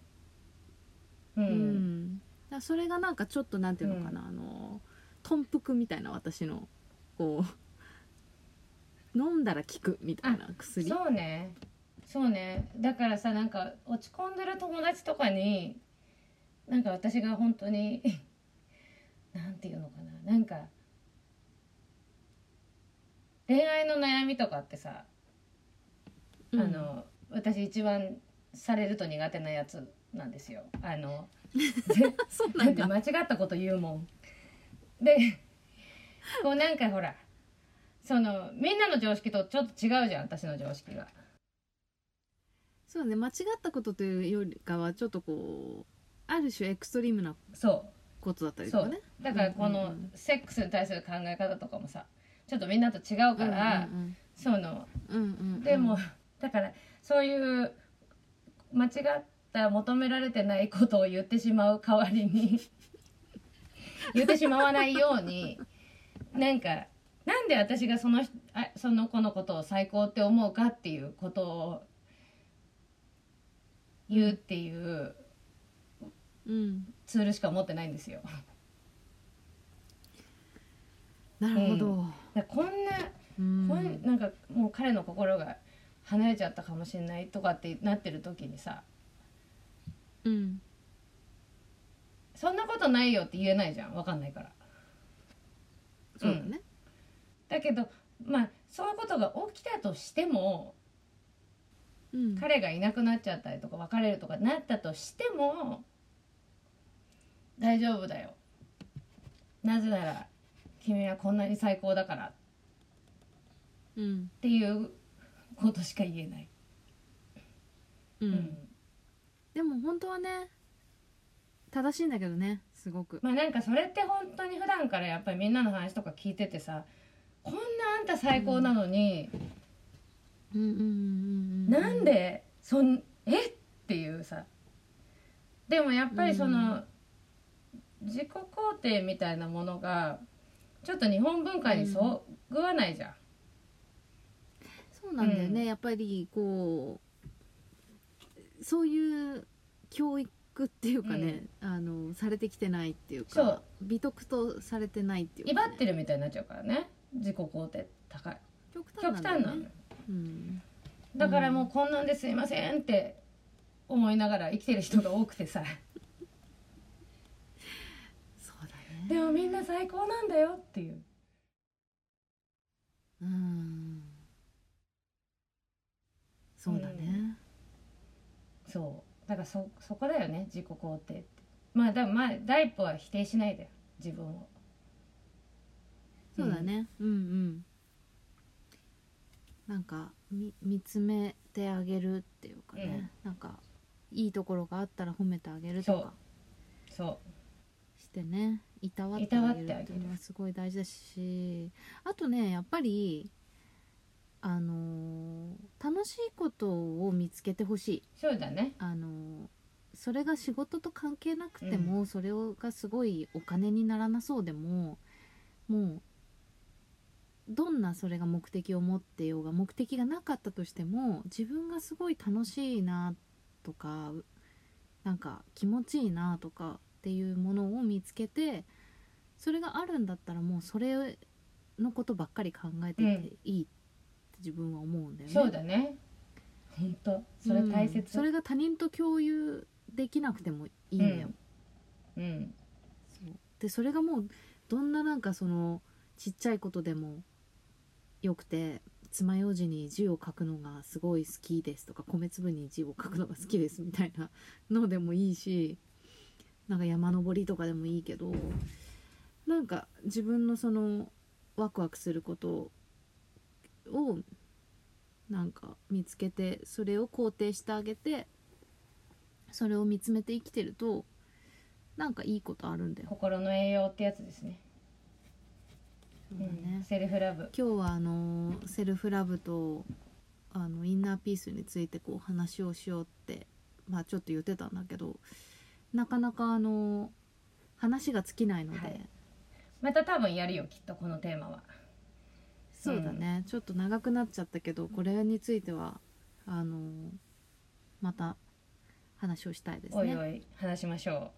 Speaker 6: う
Speaker 7: うんん、だからそれがなんかちょっとなんていうのかな、あの頓服みたいな私のこう 飲んだら効くみたいな薬
Speaker 6: そうねそうねだからさなんか落ち込んでる友達とかになんか私が本当に なんていうのかななんか恋愛の悩みとかってさ、
Speaker 7: うん
Speaker 6: あの私一番されると苦手なやつなんですよあの
Speaker 7: そう
Speaker 6: だ
Speaker 7: な
Speaker 6: っ
Speaker 7: ん
Speaker 6: て
Speaker 7: だ
Speaker 6: 間違ったこと言うもんで こうなんかほらそのみんなの常識とちょっと違うじゃん私の常識が
Speaker 7: そうね間違ったことというよりかはちょっとこうある種エクストリームな
Speaker 6: そう
Speaker 7: ことだったりとかね
Speaker 6: だからこ
Speaker 7: うんう
Speaker 6: の
Speaker 7: ん
Speaker 6: セックスに対する考え方とかもさちょっとみんなと違うから、
Speaker 7: うん
Speaker 6: その
Speaker 7: うんうんうんうん
Speaker 6: でも、だからそういう間違った求められてないことを言ってしまう代わり に言ってしまわないようになんかなんで私がその人あその子のことを最高って思うかっていうことを言うっていう
Speaker 7: うん
Speaker 6: ツールしか持ってないんですよ。
Speaker 7: なるほど、
Speaker 6: だからこんな
Speaker 7: うん
Speaker 6: こういうなんかもう彼の心が離れちゃったかもしれないとかってなってる時にさ
Speaker 7: うん
Speaker 6: 「そんなことないよ」って言えないじゃん分かんないから。
Speaker 7: そうだね、
Speaker 6: だけどまあそういうことが起きたとしても
Speaker 7: うん
Speaker 6: 彼がいなくなっちゃったりとか別れるとかなったとしても大丈夫だよ。なぜなら君はこんなに最高だからっ
Speaker 7: うん
Speaker 6: ていうことしか言えない。
Speaker 7: うん
Speaker 6: うん
Speaker 7: でも本当はね正しいんだけどねすごく
Speaker 6: まあなんかそれって本当に普段からやっぱりみんなの話とか聞いててさこんなあんた最高なのに、
Speaker 7: うんうんうんうん
Speaker 6: なんでそんえっていうさでもやっぱりその、自己肯定みたいなものがちょっと日本文化にそぐわないじゃん。
Speaker 7: そうなんだよね、
Speaker 6: うん
Speaker 7: やっぱりこうそういう教育っていうかね、あのされてきてないっていう
Speaker 6: そ
Speaker 7: か
Speaker 6: う
Speaker 7: 美徳とされてないっていう
Speaker 6: 威
Speaker 7: か、
Speaker 6: 張ってるみたいになっちゃうからね自己肯定高い
Speaker 7: 極
Speaker 6: 極
Speaker 7: 端なん
Speaker 6: 端
Speaker 7: だよ
Speaker 6: なの
Speaker 7: ね、うん、
Speaker 6: だからもうこんなんですいませんって思いながら生きてる人が多くてさ。
Speaker 7: そうだ
Speaker 6: で
Speaker 7: ね
Speaker 6: もみんな最高なんだよっていう
Speaker 7: うんそうだね
Speaker 6: そうだからそそこだよね自己肯定ってまあだまあ第一歩は否定しないで自分を
Speaker 7: そうだねうんうんなんかみ見つめてあげるっていうかね、なんかいいところがあったら褒めてあげると
Speaker 6: そ
Speaker 7: か
Speaker 6: うそ
Speaker 7: してねいたわってあげる
Speaker 6: いたわっあ
Speaker 7: ってて
Speaker 6: げる
Speaker 7: いうのはすごい大事だしあとねやっぱりあのー楽しいことを見つけてほしいう
Speaker 6: そうだね
Speaker 7: あのーそれが仕事と関係なくても、それがすごいお金にならなそうでももうどんなそれが目的を持ってようが目的がなかったとしても自分がすごい楽しいなとかうなんか気持ちいいなとかっていうものを見つけてそれがあるんだったらもうそれのことばっかり考えてていいって自分は思うんだよね。
Speaker 6: そうだね本当それ大切
Speaker 7: うんそれが他人と共有できなくてもいいんだよ、
Speaker 6: うん
Speaker 7: そうでそれがもうどんななんかそのちっちゃいことでもよくて爪楊枝に字を書くのがすごい好きですとか米粒に字を書くのが好きですみたいなのでもいいしなんか山登りとかでもいいけどなんか自分のそのワクワクすることをなんか見つけてそれを肯定してあげてそれを見つめて生きてるとなんかいいことあるんだよ。
Speaker 6: 心の栄養ってやつですね
Speaker 7: そうだね
Speaker 6: うんセルフラブ
Speaker 7: 今日はあのセルフラブとあのインナーピースについてこう話をしようって、まあ、ちょっと言ってたんだけどなかなかあの話が尽きないので、
Speaker 6: はいまた多分やるよきっとこのテーマは
Speaker 7: そうだね、ちょっと長くなっちゃったけどこれについてはあのまた話をしたいですね
Speaker 6: おいおい話しましょう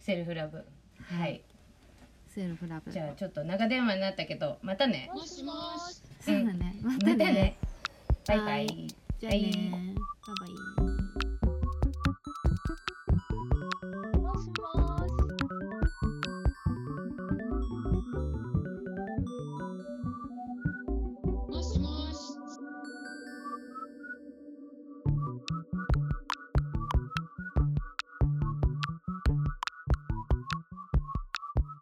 Speaker 6: セルフラブはい
Speaker 7: セルフラブ
Speaker 6: じゃあちょっと長電話になったけどまたね
Speaker 1: もしもし。
Speaker 7: そうだねま
Speaker 6: ま
Speaker 7: たね
Speaker 6: バイバ
Speaker 7: は
Speaker 6: イ
Speaker 7: じゃあ
Speaker 6: は
Speaker 7: ね、
Speaker 6: い
Speaker 7: バイバイ
Speaker 1: もしもし。tá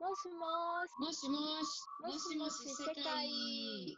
Speaker 1: もしもし。もしもし。もしもし世界。